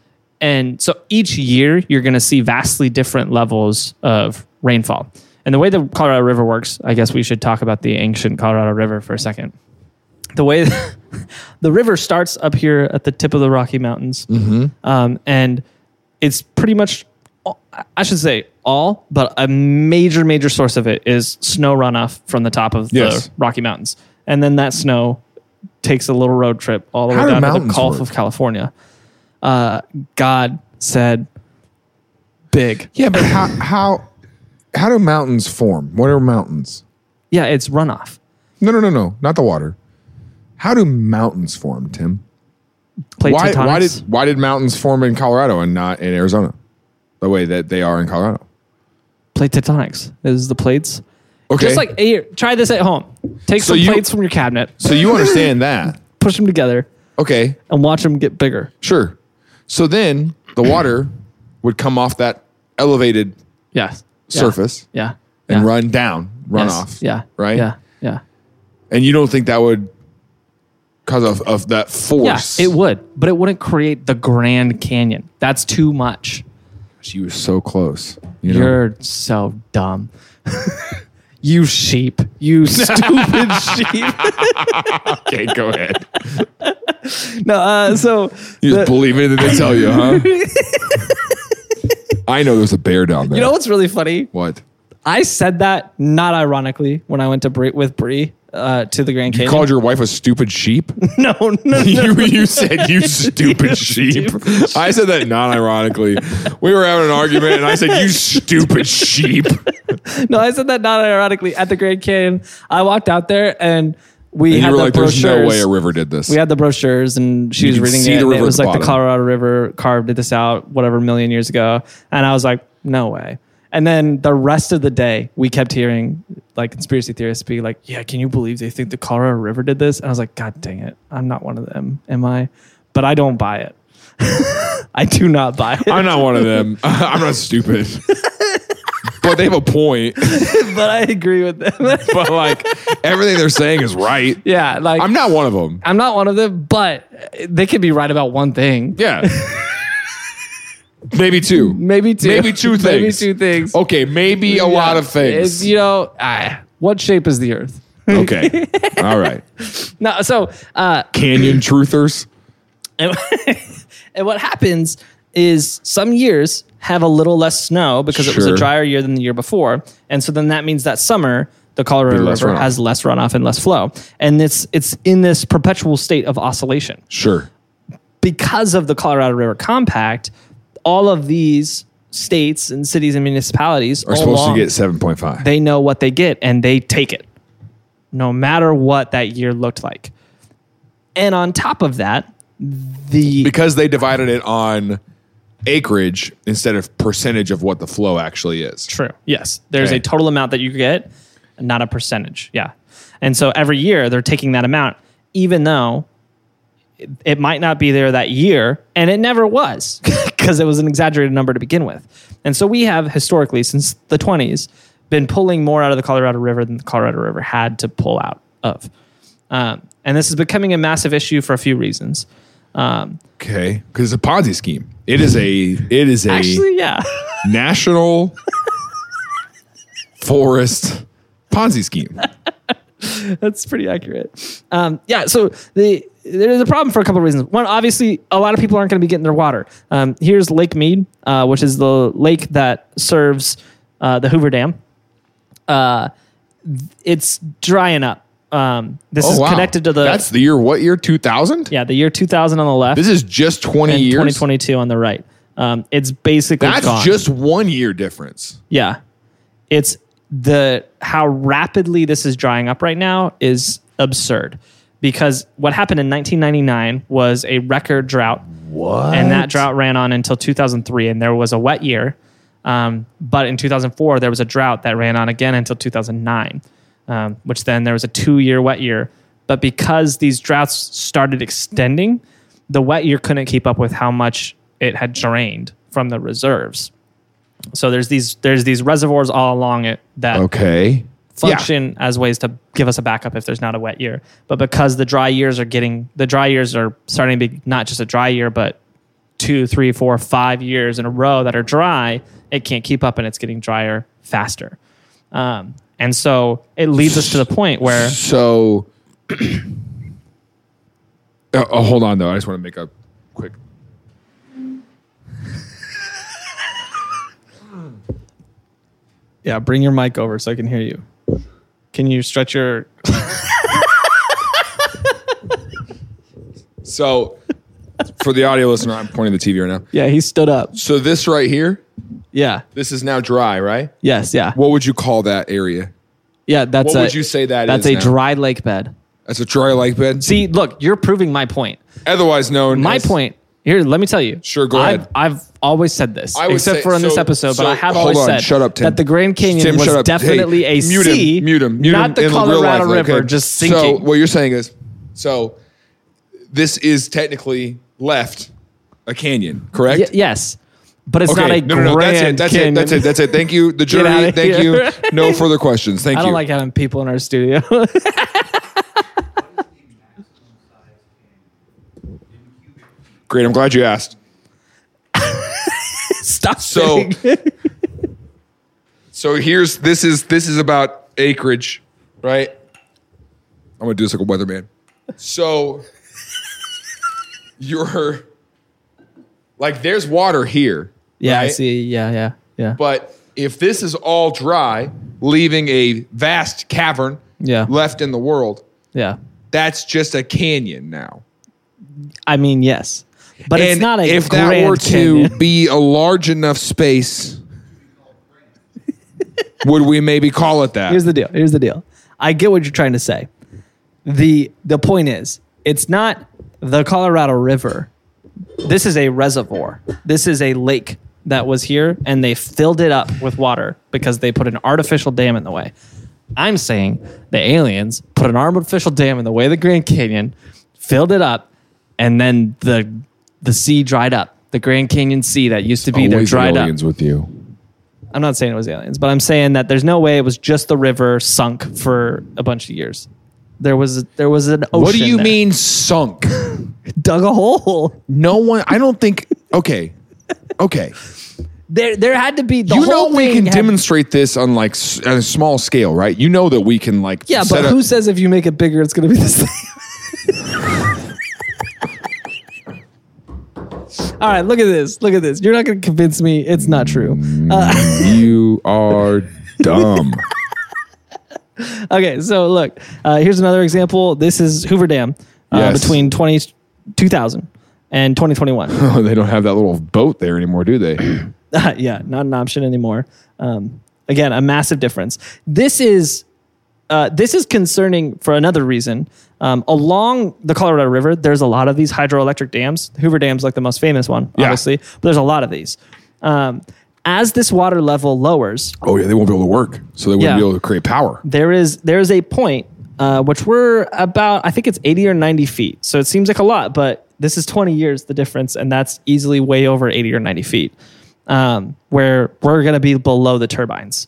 S4: and so each year you're going to see vastly different levels of rainfall. And the way the Colorado River works, I guess we should talk about the ancient Colorado River for a second. The way the river starts up here at the tip of the Rocky Mountains,
S2: Mm-hmm.
S4: um, and it's pretty much, all- I should say all, but a major, major source of it is snow runoff from the top of
S2: Yes.
S4: the Rocky Mountains, and then that snow takes a little road trip all the
S2: How do
S4: way down to the
S2: mountains
S4: Gulf
S2: work?
S4: of California. Uh, God said, "Big."
S2: Yeah, but how how how do mountains form? What are mountains?
S4: Yeah, it's runoff.
S2: No, no, no, no, not the water. How do mountains form, Tim?
S4: Plate
S2: Why
S4: tectonics.
S2: why did why did mountains form in Colorado and not in Arizona? The way that they are in Colorado.
S4: plate tectonics is the plates.
S2: Okay.
S4: Just like here, try this at home. Take
S2: So
S4: some
S2: you-
S4: plates from your cabinet,
S2: so you understand that.
S4: push them together,
S2: Okay,
S4: and watch them get bigger.
S2: sure. So then the water would come off that elevated
S4: Yeah. Yeah.
S2: surface
S4: Yeah.
S2: and
S4: Yeah.
S2: run down, run
S4: Yes.
S2: off.
S4: Yeah.
S2: Right?
S4: Yeah. Yeah.
S2: And you don't think that would cause of, of that force.
S4: Yeah, it would, but it wouldn't create the Grand Canyon. That's too much.
S2: She was so close. You know?
S4: You're so dumb. you sheep. You stupid sheep.
S2: Okay, go ahead.
S4: No, uh, so
S2: You just believe anything they tell you, huh? I know there's a bear down there.
S4: you know what's really funny?
S2: what?
S4: I said that not ironically when I went to Brie, with Bree uh, to the Grand
S2: You
S4: Canyon.
S2: called your wife a stupid sheep?
S4: no, no, no.
S2: you, you said you stupid sheep. I said that non ironically. We were having an argument and I said, You stupid sheep.
S4: no, I said that not ironically at the Grand Canyon. I walked out there and we
S2: And
S4: had
S2: you were
S4: the
S2: like,
S4: brochures.
S2: There's no way a river did this.
S4: we had the brochures and she was
S2: can
S4: reading
S2: see
S4: it.
S2: the
S4: and
S2: river
S4: it
S2: at
S4: was
S2: the
S4: like the
S2: bottom.
S4: Colorado River carved this out whatever million years ago. And I was like, no way. And then the rest of the day, we kept hearing like conspiracy theorists be like, yeah, can you believe they think the Colorado River did this? And I was like, God dang it. I'm not one of them, am I? But I don't buy it. I do not buy it.
S2: I'm not one of them. I'm not stupid. but they have a point.
S4: but I agree with them.
S2: But like, everything they're saying is right.
S4: yeah. Like,
S2: I'm not one of them.
S4: I'm not one of them, but they could be right about one thing.
S2: Yeah. maybe two.
S4: Maybe two.
S2: Maybe two things.
S4: Maybe two things.
S2: Okay, maybe a lot
S4: Yeah.
S2: of things.
S4: It's, you know, ah, what shape is the Earth?
S2: okay. All right.
S4: No, so uh,
S2: Canyon truthers.
S4: and, and what happens is some years have a little less snow because it was
S2: Sure.
S4: a drier year than the year before, and so then that means that summer the Colorado
S2: less
S4: River
S2: runoff.
S4: has less runoff and less flow, and it's it's in this perpetual state of oscillation.
S2: Sure.
S4: because of the Colorado River Compact, all of these states and cities and municipalities
S2: Are
S4: all
S2: supposed
S4: along,
S2: to get 7.5.
S4: They know what they get and they take it, no matter what that year looked like. And on top of that,
S1: the
S2: because they divided it on acreage instead of percentage of what the flow actually is.
S4: True. Yes. There's
S2: Okay.
S4: a total amount that you get, not a percentage. Yeah. And so every year they're taking that amount, even though it, it might not be there that year. And it never was because it was an exaggerated number to begin with. And so we have historically, since the 20s, been pulling more out of the Colorado River than the Colorado River had to pull out of. Um, and this is becoming a massive issue for a few reasons. Um,
S2: Okay, because it's a Ponzi scheme. It is a it is a
S4: actually, yeah.
S2: national forest Ponzi scheme.
S1: that's pretty accurate. Um, yeah, so the there's a problem for a couple of reasons. One, obviously, a lot of people aren't going to be getting their water. Um, here's Lake Mead, uh, which is the lake that serves uh, the Hoover Dam. Uh, th- it's drying up. Um, this
S2: Oh,
S1: is
S2: wow.
S1: connected to the
S2: That's the year. What year? Two thousand.
S1: yeah the year 2000 on the left
S2: This is just twenty
S1: and
S2: years.
S1: 2022 on the right. Um, it's basically
S2: That's
S1: gone.
S2: just one year difference.
S1: yeah.
S4: it's the how rapidly this is drying up right now is absurd because what happened in 1999 was a record drought
S2: What?
S4: and that drought ran on until 2003 and there was a wet year um, but in 2004 there was a drought that ran on again until 2009 um, which then there was a two-year wet year but because these droughts started extending the wet year couldn't keep up with how much it had drained from the reserves so there's these there's these reservoirs all along it that
S2: Okay.
S4: function as ways to give us a backup if there's not a wet year. But because the dry years are getting the dry years are starting to be not just a dry year, but two, three, four, five years in a row that are dry, it can't keep up and it's getting drier faster. Um, and so it leads us to the point where
S2: So, oh, oh, hold on though. I just want to make a quick.
S1: Yeah, bring your mic over so I can hear you. Can you stretch your
S2: So, for the audio listener, I'm pointing the TV right now.
S1: Yeah, he stood up.
S2: So this right here,
S1: Yeah.
S2: this is now dry, right?
S1: Yes, yeah.
S2: What would you call that area?
S1: Yeah, that's
S2: What
S1: a,
S2: would you say that
S1: that's
S2: is
S1: a
S2: now?
S1: dry lake bed.
S2: That's a dry lake bed,
S4: see, look, you're proving my point.
S2: otherwise known.
S4: My
S2: as-
S4: point here, let me tell you.
S2: Sure, go
S4: I've,
S2: ahead.
S4: I've always said this,
S2: I would
S4: except
S2: say-
S4: for in this
S2: so-
S4: episode,
S2: so-
S4: but I have
S2: hold
S4: always
S2: on,
S4: said
S2: shut up, Tim.
S4: that the Grand Canyon
S2: Tim, shut
S4: was
S2: up. Hey,
S4: definitely a
S2: mute
S4: sea,
S2: him, mute him, mute
S4: not
S2: him
S4: the
S2: in real
S4: Colorado
S2: life,
S4: River
S2: okay?
S4: just
S2: So
S4: sinking.
S2: what you're saying is, so this is technically left a canyon, correct?
S4: Y- yes, but it's not a
S2: no, no, no,
S4: Grand
S2: that's it. That's
S4: Canyon.
S2: it. That's it. That's it. Thank you, the jury.
S4: outta
S2: Thank
S4: here.
S2: you. No further questions. Thank
S1: I
S2: you.
S1: don't like having people in our studio.
S2: Great. I'm glad you asked.
S1: Stop
S2: So, so here's this is this is about acreage, right? I'm gonna do this like a weatherman. So, you're like there's water here.
S1: Yeah, I
S2: right?
S1: see. Yeah, yeah, yeah.
S2: But if this is all dry, leaving a vast cavern
S1: Yeah.
S2: left in the world,
S1: yeah.
S2: that's just a canyon now.
S1: I mean, yes. But it's
S2: And
S1: not a
S2: if
S1: Grand
S2: that were
S1: Canyon.
S2: to be a large enough space, would we maybe call it that?
S1: Here's the deal. Here's the deal. I get what you're trying to say. The the point is, it's not the Colorado River.
S4: this is a reservoir. This is a lake that was here, and they filled it up with water because they put an artificial dam in the way. I'm saying the aliens put an artificial dam in the way of the Grand Canyon, filled it up, and then the the sea dried up. The Grand Canyon Sea that used to be there dried up.
S2: with you.
S4: I'm not saying it was aliens, but I'm saying that there's no way it was just the river sunk for a bunch of years. There was there was an ocean.
S2: What do you
S4: there.
S2: mean sunk?
S1: Dug a hole.
S2: No one. I don't think. Okay. Okay.
S1: There there had to be the
S2: you know
S1: whole
S2: we
S1: thing
S2: can
S1: had-
S2: demonstrate this on like s- at a small scale, right? You know that we can like
S1: Yeah,
S2: set
S1: but
S2: up-
S1: who says if you make it bigger it's gonna be the same? All right, look at this. Look at this. You're not going to convince me. It's not true.
S2: you are dumb.
S1: Okay, so look, uh, here's another example. This is Hoover Dam uh,
S2: Yes.
S1: between 20, 2000 and 2021.
S2: oh, they don't have that little boat there anymore, do they?
S1: yeah, not an option anymore. Um, again, a massive difference. This is
S4: uh, this is concerning for another reason. Um, along the Colorado River, there's a lot of these hydroelectric dams. Hoover Dam's like the most famous one,
S2: Yeah.
S4: obviously, but there's a lot of these. Um, as this water level lowers,
S2: Oh yeah, they won't be able to work, so they wouldn't
S4: Yeah.
S2: be able to create power.
S4: there is there is a point uh, which we're about I think it's 80 or 90 feet. So it seems like a lot, but this is 20 years the difference, and that's easily way over 80 or 90 feet, um, where we're going to be below the turbines,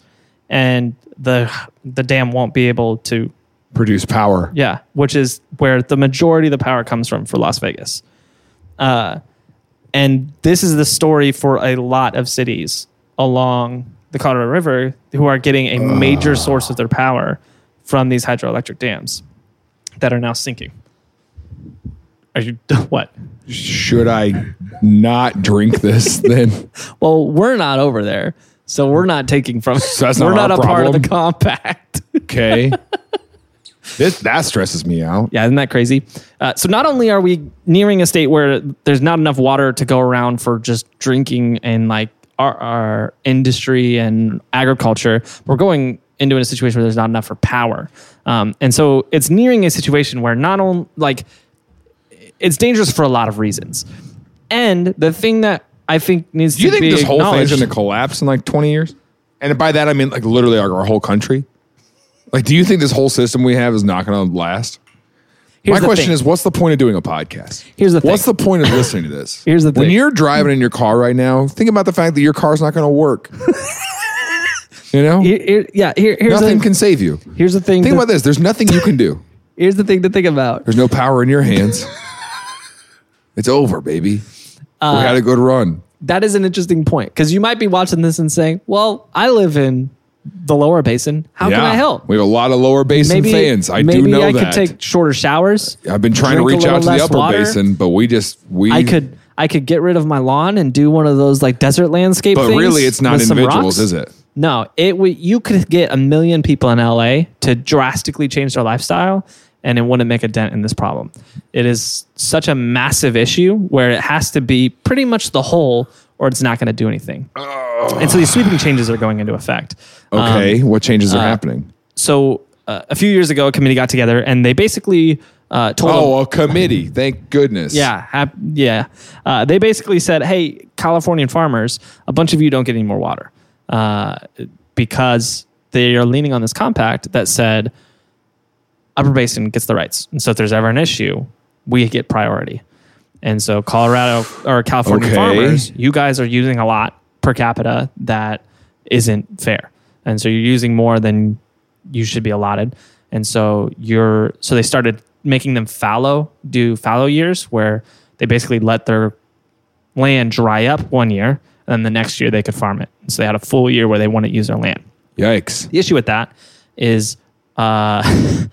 S4: and the the dam won't be able to
S2: Produce power.
S4: yeah, which is where the majority of the power comes from for Las Vegas. Uh, and this is the story for a lot of cities along the Colorado River who are getting a major source of their power from these hydroelectric dams that are now sinking. Are you what?
S2: Should I not drink this then?
S4: Well, we're not over there, so we're not taking from.
S2: So that's not
S4: we're
S2: our
S4: not a part of
S2: problem?
S4: the compact.
S2: Okay. This, that stresses me out.
S4: Yeah, isn't that crazy? Uh, so not only are we nearing a state where there's not enough water to go around for just drinking and like our, our industry and agriculture, we're going into a situation where there's not enough for power, um, and so it's nearing a situation where not only like it's dangerous for a lot of reasons, and the thing that I think needs
S2: Do you
S4: to
S2: think
S4: be
S2: this whole thing's
S4: acknowledged-
S2: going to collapse in like 20 years? And by that, I mean like literally our, our whole country. Like, do you think this whole system we have is not going to last?
S4: Here's
S2: My
S4: the
S2: question
S4: thing.
S2: is, what's the point of doing a podcast?
S4: Here's the
S2: what's
S4: thing.
S2: the point of listening to this?
S4: Here's the
S2: When
S4: thing.
S2: you're driving in your car right now, think about the fact that your car's not going to work. you know,
S4: Here- here- yeah, here, here's
S2: nothing
S4: the
S2: can save you.
S4: here's the thing.
S2: Think
S4: to-
S2: about this. There's nothing you can do.
S1: Here's the thing to think about.
S2: There's no power in your hands. it's over, baby.
S4: Uh,
S2: we had a good run.
S4: that is an interesting point because you might be watching this and saying, "Well, I live in the lower basin. How can I help?"
S2: We have a lot of lower basin
S4: Maybe
S2: fans. I
S4: maybe
S2: do know
S4: I
S2: that.
S4: could take shorter showers.
S2: I've been trying to
S4: drink
S2: reach
S4: a
S2: out
S4: little
S2: to the
S4: less
S2: upper
S4: water.
S2: basin, but we just we
S4: I could I could get rid of my lawn and do one of those like desert landscape.
S2: But
S4: things
S2: really, it's not
S4: with some
S2: individuals,
S4: rocks.
S2: is it?
S4: No, it would. You could get a million people in LA to drastically change their lifestyle, and it wouldn't make a dent in this problem. It is such a massive issue where it has to be pretty much the whole, or it's not going to do anything. And so these sweeping changes are going into effect. Um,
S2: Okay, what changes are happening?
S4: so uh, a few years ago, a committee got together and they basically uh, told them-
S2: Oh, a committee. Thank goodness.
S4: yeah, hap- yeah. Uh, they basically said, "Hey, Californian farmers, a bunch of you don't get any more water uh, because they are leaning on this compact that said Upper Basin gets the rights, and so if there's ever an issue, we get priority." And so, Colorado or California
S2: Okay.
S4: farmers, you guys are using a lot per capita that isn't fair, and so you're using more than you should be allotted. And so you're so they started making them fallow, do fallow years where they basically let their land dry up one year and then the next year they could farm it. So they had a full year where they wouldn't use their land.
S2: Yikes.
S4: The issue with that is uh,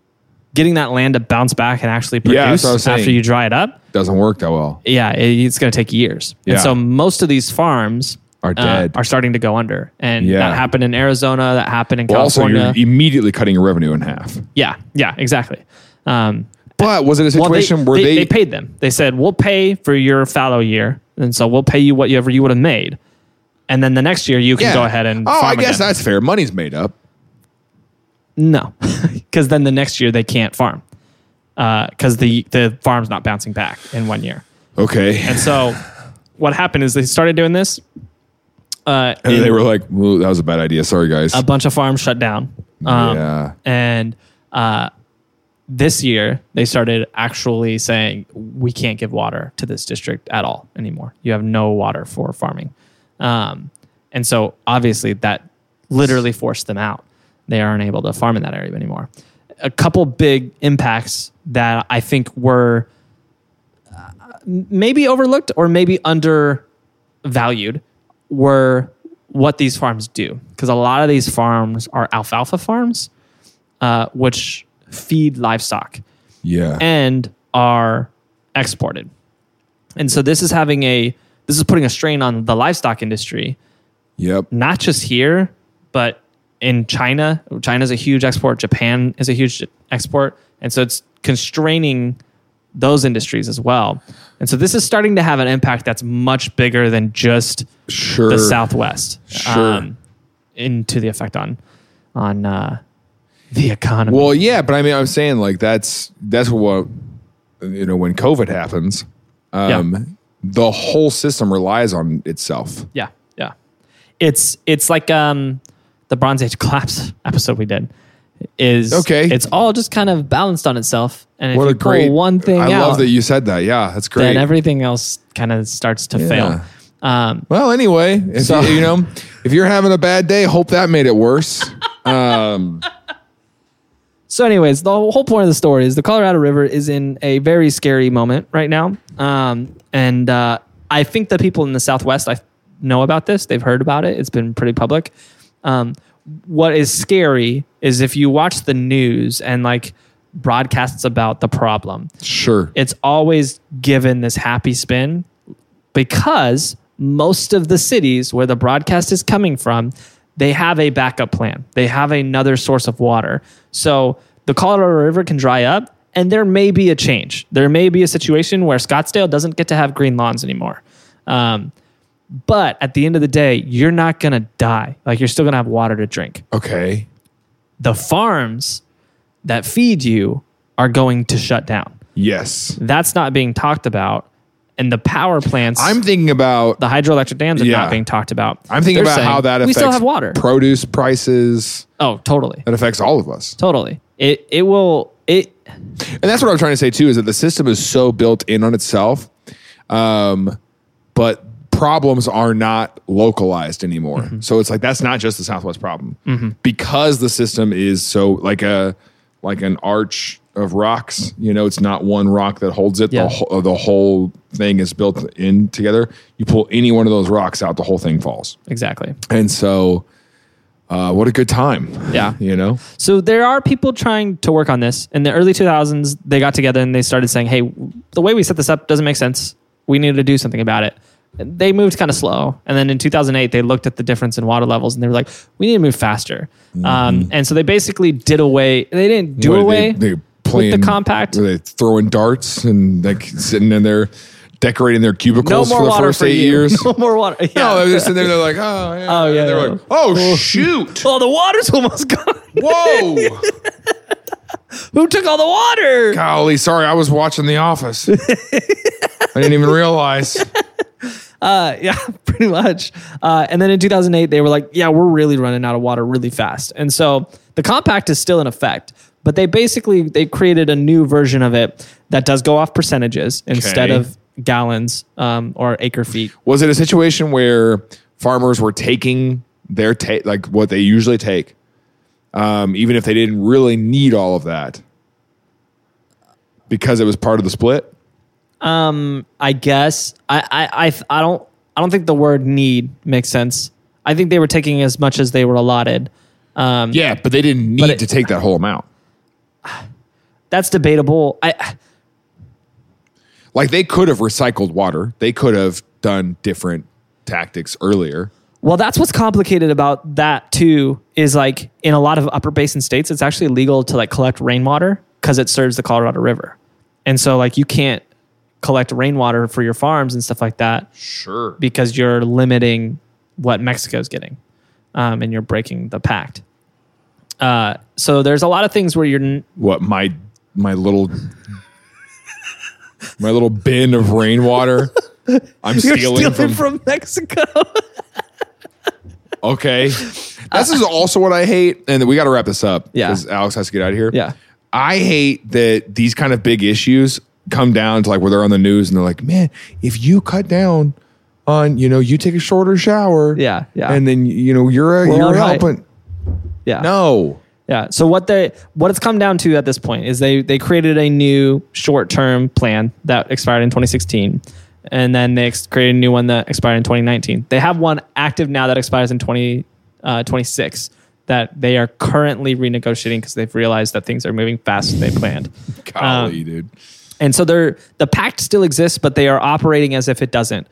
S4: getting that land to bounce back and actually
S2: Yeah, that's
S4: produce
S2: what I was
S4: after
S2: saying.
S4: you dry it up.
S2: Doesn't work that well.
S4: Yeah, it, it's going to take years.
S2: Yeah.
S4: And so most of these farms uh,
S2: Are dead.
S4: are starting to go under. And
S2: Yeah.
S4: that happened in Arizona, that happened in
S2: Also,
S4: California.
S2: you're immediately cutting your revenue in half.
S4: yeah, yeah, exactly. Um,
S2: But was it a
S4: Well, they-
S2: situation where
S4: they,
S2: they,
S4: they paid them. They said, "We'll pay for your fallow year, and so we'll pay you whatever you would have made, and then the next year you can
S2: Yeah.
S4: go ahead and."
S2: Oh, I
S4: farm
S2: guess
S4: again."
S2: that's fair. Money's made up.
S4: no, because then the next year they can't farm because the the farm's not bouncing back in one year.
S2: Okay.
S4: And so what happened is they started doing this. Uh,
S2: And
S4: and
S2: they were like, "Ooh, that was a bad idea. Sorry, guys."
S4: a bunch of farms shut down. Um,
S2: yeah.
S4: and uh, this year they started actually saying we can't give water to this district at all anymore you have no water for farming um, and so obviously that literally forced them out they aren't able to farm in that area anymore a couple big impacts that i think were uh, maybe overlooked or maybe undervalued were what these farms do because a lot of these farms are alfalfa farms uh, which feed livestock
S2: Yeah.
S4: and are exported. And so this is having a this is putting a strain on the livestock industry,
S2: yep.
S4: not just here, but in China. China's a huge export, Japan is a huge export, and so it's constraining those industries as well. And so this is starting to have an impact that's much bigger than just
S2: Sure.
S4: the Southwest.
S2: Sure.
S4: into the effect on on uh, the economy.
S2: Well, yeah, but I mean, I'm saying like that's that's what you know when COVID happens, um,
S4: Yeah.
S2: the whole system relies on itself.
S4: Yeah, yeah. It's it's like um the Bronze Age collapse episode we did is
S2: Okay.
S4: It's all just kind of balanced on itself, and if
S2: What
S4: you
S2: a
S4: pull
S2: great
S4: one thing
S2: I
S4: out,
S2: love that you said that. Yeah, that's great.
S4: then everything else kind of starts to fail. Um,
S2: well, anyway, if
S4: So-
S2: you, you know if you're having a bad day, hope that made it worse.
S4: so, anyways, the whole point of the story is the Colorado River is in a very scary moment right now, um, and uh, I think the people in the Southwest I know about this; they've heard about it. It's been pretty public. Um, what is scary is if you watch the news and like broadcasts about the problem,
S2: sure.
S4: it's always given this happy spin because most of the cities where the broadcast is coming from, they have a backup plan. They have another source of water. So the Colorado River can dry up and there may be a change. There may be a situation where Scottsdale doesn't get to have green lawns anymore. Um, but at the end of the day, you're not going to die. Like you're still going to have water to drink
S2: Okay.
S4: the farms that feed you are going to shut down.
S2: Yes.
S4: That's not being talked about. And the power plants,
S2: I'm thinking about
S4: the hydroelectric dams are
S2: Yeah.
S4: not being talked about.
S2: I'm thinking
S4: They're
S2: about
S4: saying,
S2: how that
S4: We
S2: affects
S4: still have water.
S2: produce prices.
S4: oh, totally.
S2: That affects all of us.
S4: Totally. It, it will, it,
S2: And that's what I'm trying to say too is that the system is so built in on itself, um, but problems are not localized anymore.
S4: Mm-hmm.
S2: So it's like that's not just the Southwest problem because the system is so like a like an arch of rocks. You know, it's not one rock that holds it.
S4: Yeah.
S2: The, whole, the whole thing is built in together. You pull any one of those rocks out, the whole thing falls.
S4: exactly.
S2: And so, uh, what a good time!
S4: Yeah.
S2: you know,
S4: So there are people trying to work on this. In the early 2000s, they got together and they started saying, "Hey, the way we set this up doesn't make sense. We need to do something about it." And They moved kind of slow, and then in 2008, they looked at the difference in water levels and they were like, "We need to move faster." Um, and so they basically did away. They didn't do
S2: Mm-hmm. What,
S4: away
S2: They, they
S4: with
S2: playing,
S4: the compact.
S2: Were they throwing darts and like sitting in there decorating their
S4: No
S2: cubicles
S4: more
S2: for the
S4: water
S2: first
S4: for
S2: eight
S4: you.
S2: years?
S4: No more water.
S2: No,
S4: Yeah.
S2: they're just sitting there. They're like, oh, yeah.
S4: Oh, yeah,
S2: And they're
S4: yeah.
S2: like, oh, shoot.
S4: Oh, the water's almost gone.
S2: Whoa.
S4: Who took all the water?
S2: Golly, sorry. I was watching The Office. I didn't even realize.
S4: yeah, pretty much. Uh, and then in 2008, they were like, yeah, we're really running out of water really fast. And so the compact is still in effect, but they basically they created a new version of it that does go off percentages instead
S2: Okay.
S4: of gallons um, or acre feet.
S2: Was it a situation where farmers were taking their take, like what they usually take, um, even if they didn't really need all of that because it was part of the split?
S4: I guess I I I, I don't I don't think the word need makes sense. I think they were taking as much as they were allotted.
S2: Yeah, but they didn't need
S4: it-
S2: to take that whole amount.
S4: That's debatable. I
S2: Like they could have recycled water. They could have done different tactics earlier.
S4: Well, that's what's complicated about that too. Is like in a lot of upper basin states, it's actually legal to like collect rainwater because it serves the Colorado River, and so like you can't collect rainwater for your farms and stuff like that
S2: Sure.
S4: because you're limiting what Mexico's getting, um, and you're breaking the pact. Uh, so there's a lot of things where you're n-
S2: What my my little my little bin of rainwater I'm
S4: you're
S2: stealing, from,
S4: Mexico.
S2: Okay. This is also what I hate and we got to wrap this up
S4: Yeah.
S2: Alex has to get out of here.
S4: yeah,
S2: I hate that these kind of big issues come down to like where they're on the news and they're like, man, if you cut down on, you know, you take a shorter shower.
S4: Yeah, yeah.
S2: And then, you know, you're a,
S4: We're
S2: you're
S4: all right.
S2: helping.
S4: yeah.
S2: No.
S4: Yeah. So what they what it's come down to at this point is they they created a new short term plan that expired in 2016, and then they ex- created a new one that expired in 2019. They have one active now that expires in 20 uh, 26 that they are currently renegotiating because they've realized that things are moving faster than they planned.
S2: Golly,
S4: Um,
S2: dude.
S4: And so they're, the pact still exists, but they are operating as if it doesn't.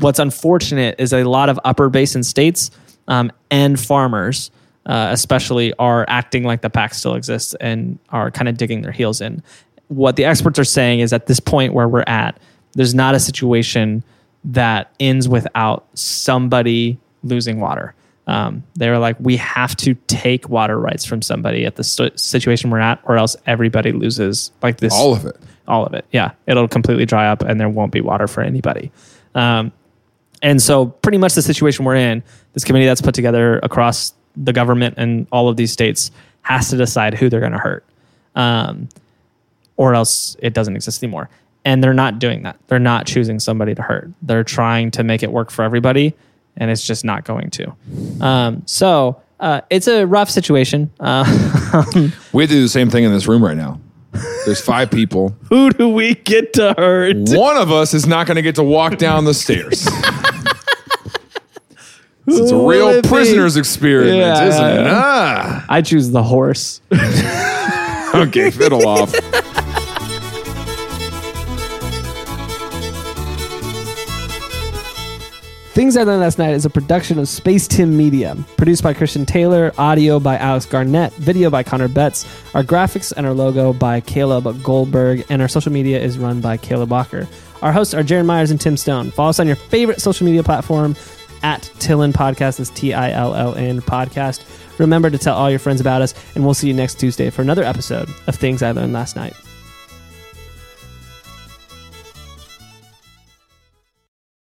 S4: What's unfortunate is a lot of upper basin states um, and farmers, uh, especially, are acting like the pact still exists and are kind of digging their heels in. What the experts are saying is at this point where we're at, there's not a situation that ends without somebody losing water. um, they were like, we have to take water rights from somebody at the st- situation we're at, or else everybody loses like this.
S2: All of it.
S4: All of it. Yeah. It'll completely dry up and there won't be water for anybody. Um, and so, pretty much the situation we're in, this committee that's put together across the government and all of these states has to decide who they're going to hurt. Um, or else it doesn't exist anymore. And they're not doing that. They're not choosing somebody to hurt. They're trying to make it work for everybody, and it's just not going to. Um, so uh, it's a rough situation. Uh,
S2: We have to do the same thing in this room right now. There's five people.
S1: Who do we get to hurt?
S2: One of us is not going to get to walk down the stairs. it's a
S1: will
S2: real
S1: it be?
S2: prisoner's experiment,
S1: Yeah,
S2: isn't
S1: yeah,
S2: it? Ah.
S4: I choose the horse.
S2: Okay, fiddle off.
S1: Things I Learned Last Night is a production of Space Tim Media, produced by Christian Taylor, audio by Alex Garnett, video by Connor Betts, our graphics and our logo by Caleb Goldberg, and our social media is run by Caleb Walker. Our hosts are Jaron Myers and Tim Stone. Follow us on your favorite social media platform at Tillin Podcast, that's T I L L N Podcast. Remember to tell all your friends about us, and we'll see you next Tuesday for another episode of Things I Learned Last Night.